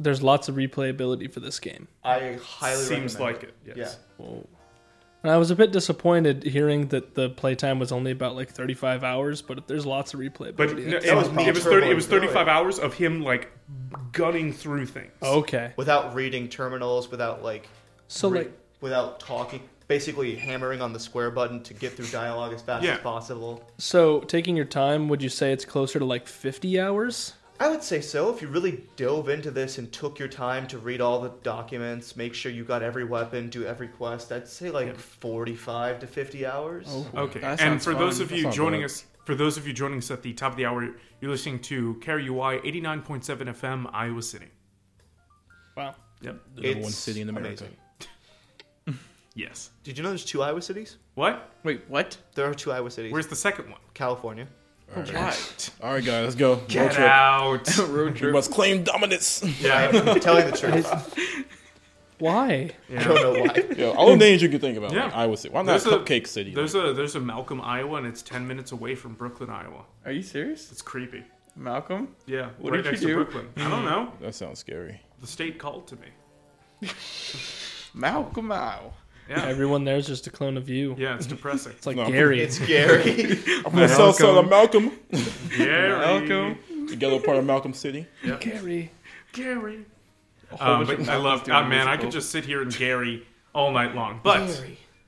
[SPEAKER 2] there's lots of replayability for this game.
[SPEAKER 3] I highly
[SPEAKER 1] Seems
[SPEAKER 3] recommend
[SPEAKER 1] like it. Yes.
[SPEAKER 3] Yeah.
[SPEAKER 2] And I was a bit disappointed hearing that the playtime was only about like 35 hours, but there's lots of replayability.
[SPEAKER 1] But no,
[SPEAKER 2] It's-
[SPEAKER 1] it,
[SPEAKER 3] was
[SPEAKER 1] was
[SPEAKER 3] me
[SPEAKER 1] it was thirty. It
[SPEAKER 3] turboing
[SPEAKER 1] was
[SPEAKER 3] through
[SPEAKER 1] thirty-five
[SPEAKER 3] it.
[SPEAKER 1] hours of him like gunning through things.
[SPEAKER 2] okay.
[SPEAKER 3] Without reading terminals, without like
[SPEAKER 2] So
[SPEAKER 3] re-
[SPEAKER 2] like
[SPEAKER 3] without talking, basically hammering on the square button to get through dialogue as fast
[SPEAKER 1] Yeah.
[SPEAKER 3] as possible.
[SPEAKER 2] so taking your time, would you say it's closer to like 50 hours?
[SPEAKER 3] I would say so. If you really dove into this and took your time to read all the documents, make sure you got every weapon, do every quest, I'd say like 45 to 50 hours.
[SPEAKER 4] Oh,
[SPEAKER 1] Okay. And
[SPEAKER 5] That sounds
[SPEAKER 1] for those
[SPEAKER 5] fun.
[SPEAKER 1] of
[SPEAKER 4] That
[SPEAKER 1] you
[SPEAKER 4] sounds
[SPEAKER 1] joining
[SPEAKER 4] good.
[SPEAKER 1] us, for those of you joining us at the top of the hour, you're listening to Carry UI 89.7 FM, Iowa City.
[SPEAKER 2] Wow.
[SPEAKER 1] Yep.
[SPEAKER 4] The number one city in America.
[SPEAKER 3] amazing.
[SPEAKER 1] Yes.
[SPEAKER 3] Did you know there's two Iowa cities?
[SPEAKER 1] What?
[SPEAKER 5] Wait, what?
[SPEAKER 3] There are two Iowa cities.
[SPEAKER 1] Where's the second one?
[SPEAKER 3] California?
[SPEAKER 4] All right.
[SPEAKER 5] Why?
[SPEAKER 4] All right, guys, let's go. Road
[SPEAKER 1] Get
[SPEAKER 4] trip.
[SPEAKER 1] out.
[SPEAKER 5] Road
[SPEAKER 4] We
[SPEAKER 5] trip.
[SPEAKER 4] must claim dominance.
[SPEAKER 1] yeah.
[SPEAKER 3] I'm telling the truth.
[SPEAKER 2] Why?
[SPEAKER 3] I don't know why.
[SPEAKER 4] Yo, all the names you can think about.
[SPEAKER 1] Yeah.
[SPEAKER 4] Like Iowa City. Why not
[SPEAKER 1] There's a-
[SPEAKER 4] Cupcake City?
[SPEAKER 1] There's a there's a Malcolm, Iowa, and it's ten minutes away from Brooklyn, Iowa.
[SPEAKER 5] Are you serious?
[SPEAKER 1] It's creepy.
[SPEAKER 5] Malcolm?
[SPEAKER 1] Yeah.
[SPEAKER 5] What
[SPEAKER 1] right
[SPEAKER 5] did
[SPEAKER 1] next
[SPEAKER 5] you
[SPEAKER 1] to
[SPEAKER 5] do?
[SPEAKER 1] Brooklyn. I don't know.
[SPEAKER 4] that sounds scary.
[SPEAKER 1] The state called to me.
[SPEAKER 5] Malcolm Ow.
[SPEAKER 1] Yeah.
[SPEAKER 2] Everyone there's just a clone of you.
[SPEAKER 1] Yeah, it's depressing.
[SPEAKER 2] It's like
[SPEAKER 4] No.
[SPEAKER 2] Gary.
[SPEAKER 3] It's scary.
[SPEAKER 4] I'm from the south side of Malcolm.
[SPEAKER 1] Gary.
[SPEAKER 5] Malcolm.
[SPEAKER 4] the ghetto part of Malcolm City.
[SPEAKER 2] Gary.
[SPEAKER 1] Gary. Um,
[SPEAKER 5] bunch of
[SPEAKER 1] but I
[SPEAKER 5] Muppets
[SPEAKER 1] love,
[SPEAKER 5] doing
[SPEAKER 1] oh, man, I
[SPEAKER 5] musical.
[SPEAKER 1] could just sit here and Gary all night long. But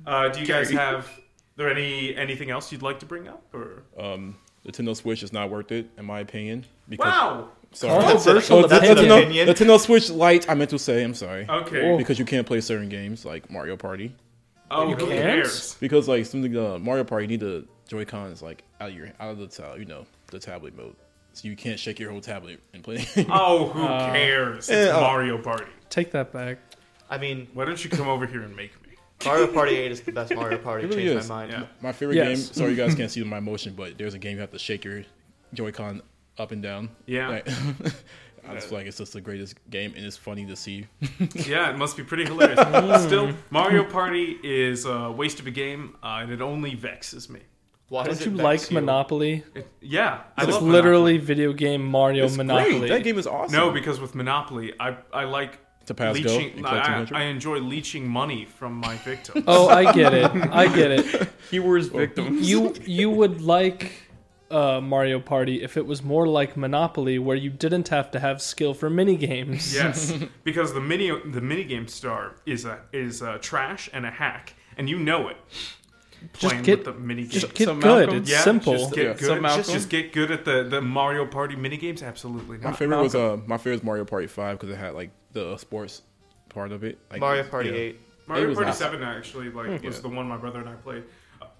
[SPEAKER 1] uh, do you guys
[SPEAKER 5] Gary.
[SPEAKER 1] have there any anything else you'd like to bring up? Or
[SPEAKER 4] Um, Nintendo Switch is not worth it, in my opinion. Because,
[SPEAKER 1] wow,
[SPEAKER 4] Sorry.
[SPEAKER 2] Controversial
[SPEAKER 4] Oh, that's
[SPEAKER 2] opinion.
[SPEAKER 4] Nintendo, Nintendo Switch Lite, I meant to say, I'm sorry.
[SPEAKER 1] okay,
[SPEAKER 4] Because you can't play certain games like Mario Party.
[SPEAKER 1] oh, who
[SPEAKER 2] can't?
[SPEAKER 1] cares?
[SPEAKER 4] Because like something uh, Mario Party, you need the Joy Cons like out of your out of the tab, you know, the tablet mode, so you can't shake your whole tablet and play.
[SPEAKER 1] Oh, who
[SPEAKER 5] Uh,
[SPEAKER 1] cares? It's
[SPEAKER 4] yeah, oh.
[SPEAKER 1] Mario Party.
[SPEAKER 2] Take that back.
[SPEAKER 3] I mean,
[SPEAKER 1] Why don't you come over here and make me?
[SPEAKER 3] Mario Party 8 is the best Mario Party.
[SPEAKER 4] It really
[SPEAKER 3] changed
[SPEAKER 4] is,
[SPEAKER 3] my mind.
[SPEAKER 1] Yeah.
[SPEAKER 4] my favorite
[SPEAKER 2] Yes.
[SPEAKER 4] game. Sorry, you guys can't see my motion, but there's a game you have to shake your Joy-Con up and down.
[SPEAKER 1] Yeah.
[SPEAKER 4] Like, I just feel like it's just the greatest game, and it's funny to see.
[SPEAKER 1] Yeah, it must be pretty hilarious.
[SPEAKER 5] Hmm.
[SPEAKER 1] Still, Mario Party is a waste of a game, uh, and it only vexes me.
[SPEAKER 3] Why does
[SPEAKER 2] Don't
[SPEAKER 3] it
[SPEAKER 2] you
[SPEAKER 3] vex
[SPEAKER 2] like
[SPEAKER 3] you?
[SPEAKER 2] Monopoly?
[SPEAKER 1] It, yeah, I
[SPEAKER 2] It's
[SPEAKER 1] love
[SPEAKER 2] literally video game Mario
[SPEAKER 4] It's
[SPEAKER 2] Monopoly.
[SPEAKER 4] great. That game is awesome.
[SPEAKER 1] Monopoly. no, because with Monopoly, I I like
[SPEAKER 4] To pass go
[SPEAKER 1] leeching.
[SPEAKER 4] and
[SPEAKER 1] I,
[SPEAKER 4] collect
[SPEAKER 1] I-
[SPEAKER 4] 200?
[SPEAKER 1] I enjoy leeching money from my victims.
[SPEAKER 2] Oh, I get it. I get it.
[SPEAKER 5] He were his victims.
[SPEAKER 2] You you would like uh, Mario Party if it was more like Monopoly, where you didn't have to have skill for mini games.
[SPEAKER 1] Yes, because the mini the minigame star is a is a trash and a hack, and you know it. Playing with
[SPEAKER 2] get-
[SPEAKER 1] the minigame.
[SPEAKER 2] Just get
[SPEAKER 5] so
[SPEAKER 2] good.
[SPEAKER 5] Malcolm-
[SPEAKER 2] It's
[SPEAKER 1] yeah,
[SPEAKER 2] simple.
[SPEAKER 1] Just get
[SPEAKER 4] Yeah.
[SPEAKER 1] good.
[SPEAKER 5] So
[SPEAKER 1] just,
[SPEAKER 5] Malcolm-
[SPEAKER 1] just get good at the, the Mario Party minigames. Absolutely
[SPEAKER 4] My
[SPEAKER 1] not.
[SPEAKER 4] favorite was uh, my favorite was Mario Party Five because it had like the sports part of it. Like,
[SPEAKER 3] Mario Party
[SPEAKER 4] yeah.
[SPEAKER 3] 8.
[SPEAKER 4] It
[SPEAKER 1] Mario
[SPEAKER 4] was
[SPEAKER 1] Party
[SPEAKER 4] awesome. Hmm.
[SPEAKER 1] Seven actually like was the one my brother and I played.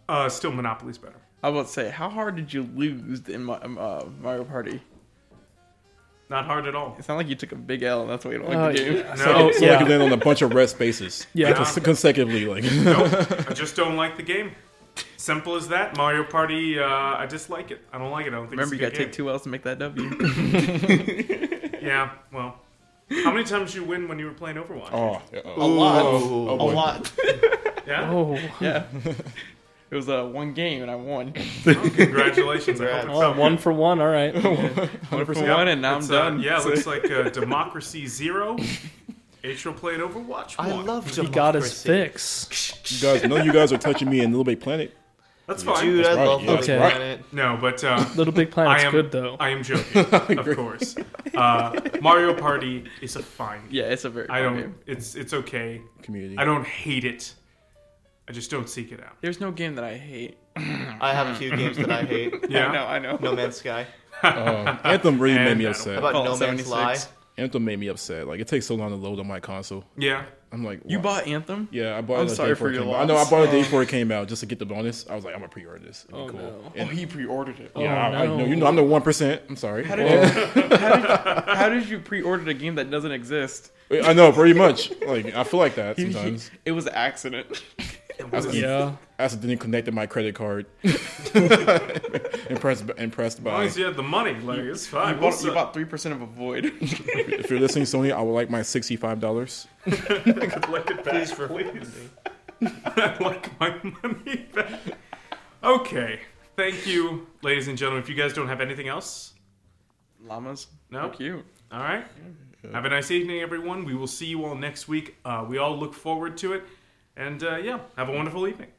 [SPEAKER 1] Uh, still, Monopoly's better.
[SPEAKER 5] I was about to say, how hard did you lose in Ma- um, uh, Mario Party?
[SPEAKER 1] Not hard at all.
[SPEAKER 5] It sounded like you took a big L, and that's why you don't like
[SPEAKER 2] Oh,
[SPEAKER 5] the game.
[SPEAKER 1] No,
[SPEAKER 4] So, so
[SPEAKER 2] yeah.
[SPEAKER 4] like you land on a bunch of red spaces,
[SPEAKER 2] Yeah.
[SPEAKER 4] like, cons- consecutively. Like
[SPEAKER 1] nope. I just don't like the game. Simple as that. Mario Party. Uh, I dislike it. I don't like it. I don't think.
[SPEAKER 5] Remember, you
[SPEAKER 1] it's a
[SPEAKER 5] gotta
[SPEAKER 1] good
[SPEAKER 5] take
[SPEAKER 1] game.
[SPEAKER 5] two L's to make that W.
[SPEAKER 1] Yeah. Well, how many times did you win when you were playing Overwatch?
[SPEAKER 4] oh, yeah,
[SPEAKER 3] A
[SPEAKER 4] oh.
[SPEAKER 3] lot.
[SPEAKER 4] Oh, oh,
[SPEAKER 3] a
[SPEAKER 4] boy.
[SPEAKER 3] lot.
[SPEAKER 1] Yeah.
[SPEAKER 2] Oh,
[SPEAKER 5] yeah. It was uh, one game, and I won.
[SPEAKER 1] Congratulations. I hope it's
[SPEAKER 2] oh, one for one. All right.
[SPEAKER 5] One for
[SPEAKER 1] Yep,
[SPEAKER 5] one, and now I'm
[SPEAKER 1] it's, uh,
[SPEAKER 5] done.
[SPEAKER 1] yeah,
[SPEAKER 5] So-
[SPEAKER 1] looks like uh, Democracy Zero. Atrio played Overwatch.
[SPEAKER 3] I
[SPEAKER 1] one.
[SPEAKER 3] love
[SPEAKER 2] He
[SPEAKER 3] democracy.
[SPEAKER 2] got his fix.
[SPEAKER 4] You guys, none of you guys are touching me in Little Big Planet.
[SPEAKER 1] That's fine.
[SPEAKER 3] Dude, I
[SPEAKER 4] right,
[SPEAKER 3] love
[SPEAKER 4] yeah.
[SPEAKER 3] Little
[SPEAKER 4] That's
[SPEAKER 3] Big
[SPEAKER 2] right.
[SPEAKER 3] Planet.
[SPEAKER 1] No, but uh,
[SPEAKER 2] Little Big
[SPEAKER 1] I
[SPEAKER 2] Planet's
[SPEAKER 1] am
[SPEAKER 2] good though.
[SPEAKER 1] I am joking, of course. Uh, Mario Party is a fine. game.
[SPEAKER 5] Yeah, it's a very.
[SPEAKER 1] I
[SPEAKER 5] fun
[SPEAKER 1] don't.
[SPEAKER 5] Game.
[SPEAKER 1] It's it's okay.
[SPEAKER 4] Community.
[SPEAKER 1] I don't hate it. I just don't seek it out.
[SPEAKER 5] There's no game that I hate.
[SPEAKER 3] I have a few games that I hate.
[SPEAKER 1] Yeah.
[SPEAKER 5] I know. I know.
[SPEAKER 3] No Man's Sky.
[SPEAKER 4] Um, Anthem really made
[SPEAKER 1] And
[SPEAKER 4] me
[SPEAKER 1] Battle-
[SPEAKER 4] upset.
[SPEAKER 3] How about
[SPEAKER 5] Fallout
[SPEAKER 3] No Man's
[SPEAKER 5] 76.
[SPEAKER 3] Lie?
[SPEAKER 4] Anthem made me upset. Like it takes so long to load on my console.
[SPEAKER 1] Yeah.
[SPEAKER 4] I'm like,
[SPEAKER 5] You
[SPEAKER 4] why?
[SPEAKER 5] bought Anthem?
[SPEAKER 4] Yeah, I bought
[SPEAKER 5] I'm
[SPEAKER 4] it the
[SPEAKER 5] sorry
[SPEAKER 4] day before
[SPEAKER 5] for
[SPEAKER 4] it
[SPEAKER 5] your
[SPEAKER 4] came out.
[SPEAKER 5] loss.
[SPEAKER 4] I know I bought it the day before it came out just to get the bonus. I was like, I'm gonna pre-order this. It'll be cool.
[SPEAKER 5] Oh,
[SPEAKER 4] And,
[SPEAKER 5] he pre-ordered it.
[SPEAKER 4] yeah,
[SPEAKER 2] Oh,
[SPEAKER 4] I, I know.
[SPEAKER 2] no.
[SPEAKER 4] You know, I'm the one percent. I'm sorry.
[SPEAKER 5] How did, you, how, did, how did you pre-order a game that doesn't exist?
[SPEAKER 4] I know, pretty much. Like I feel like that
[SPEAKER 5] He- he-
[SPEAKER 4] sometimes.
[SPEAKER 5] it was an accident.
[SPEAKER 4] That's the-
[SPEAKER 2] Yeah.
[SPEAKER 4] I accidentally connected my credit card and pressed and pressed
[SPEAKER 1] As long
[SPEAKER 4] buy.
[SPEAKER 1] as you have the money, like it's fine.
[SPEAKER 5] You
[SPEAKER 1] We'll
[SPEAKER 5] bought, you
[SPEAKER 1] se-
[SPEAKER 5] bought three percent of a void.
[SPEAKER 4] If you're listening, Sony, I would like my sixty-five dollars.
[SPEAKER 1] collect it back, please. I'd like my money back. Okay. Thank you, ladies and gentlemen. If you guys don't have anything else,
[SPEAKER 5] Llamas.
[SPEAKER 1] No.
[SPEAKER 5] Cute.
[SPEAKER 1] all right. Have a nice evening, everyone. We will see you all next week. Uh, we all look forward to it. And uh, yeah, have a wonderful evening.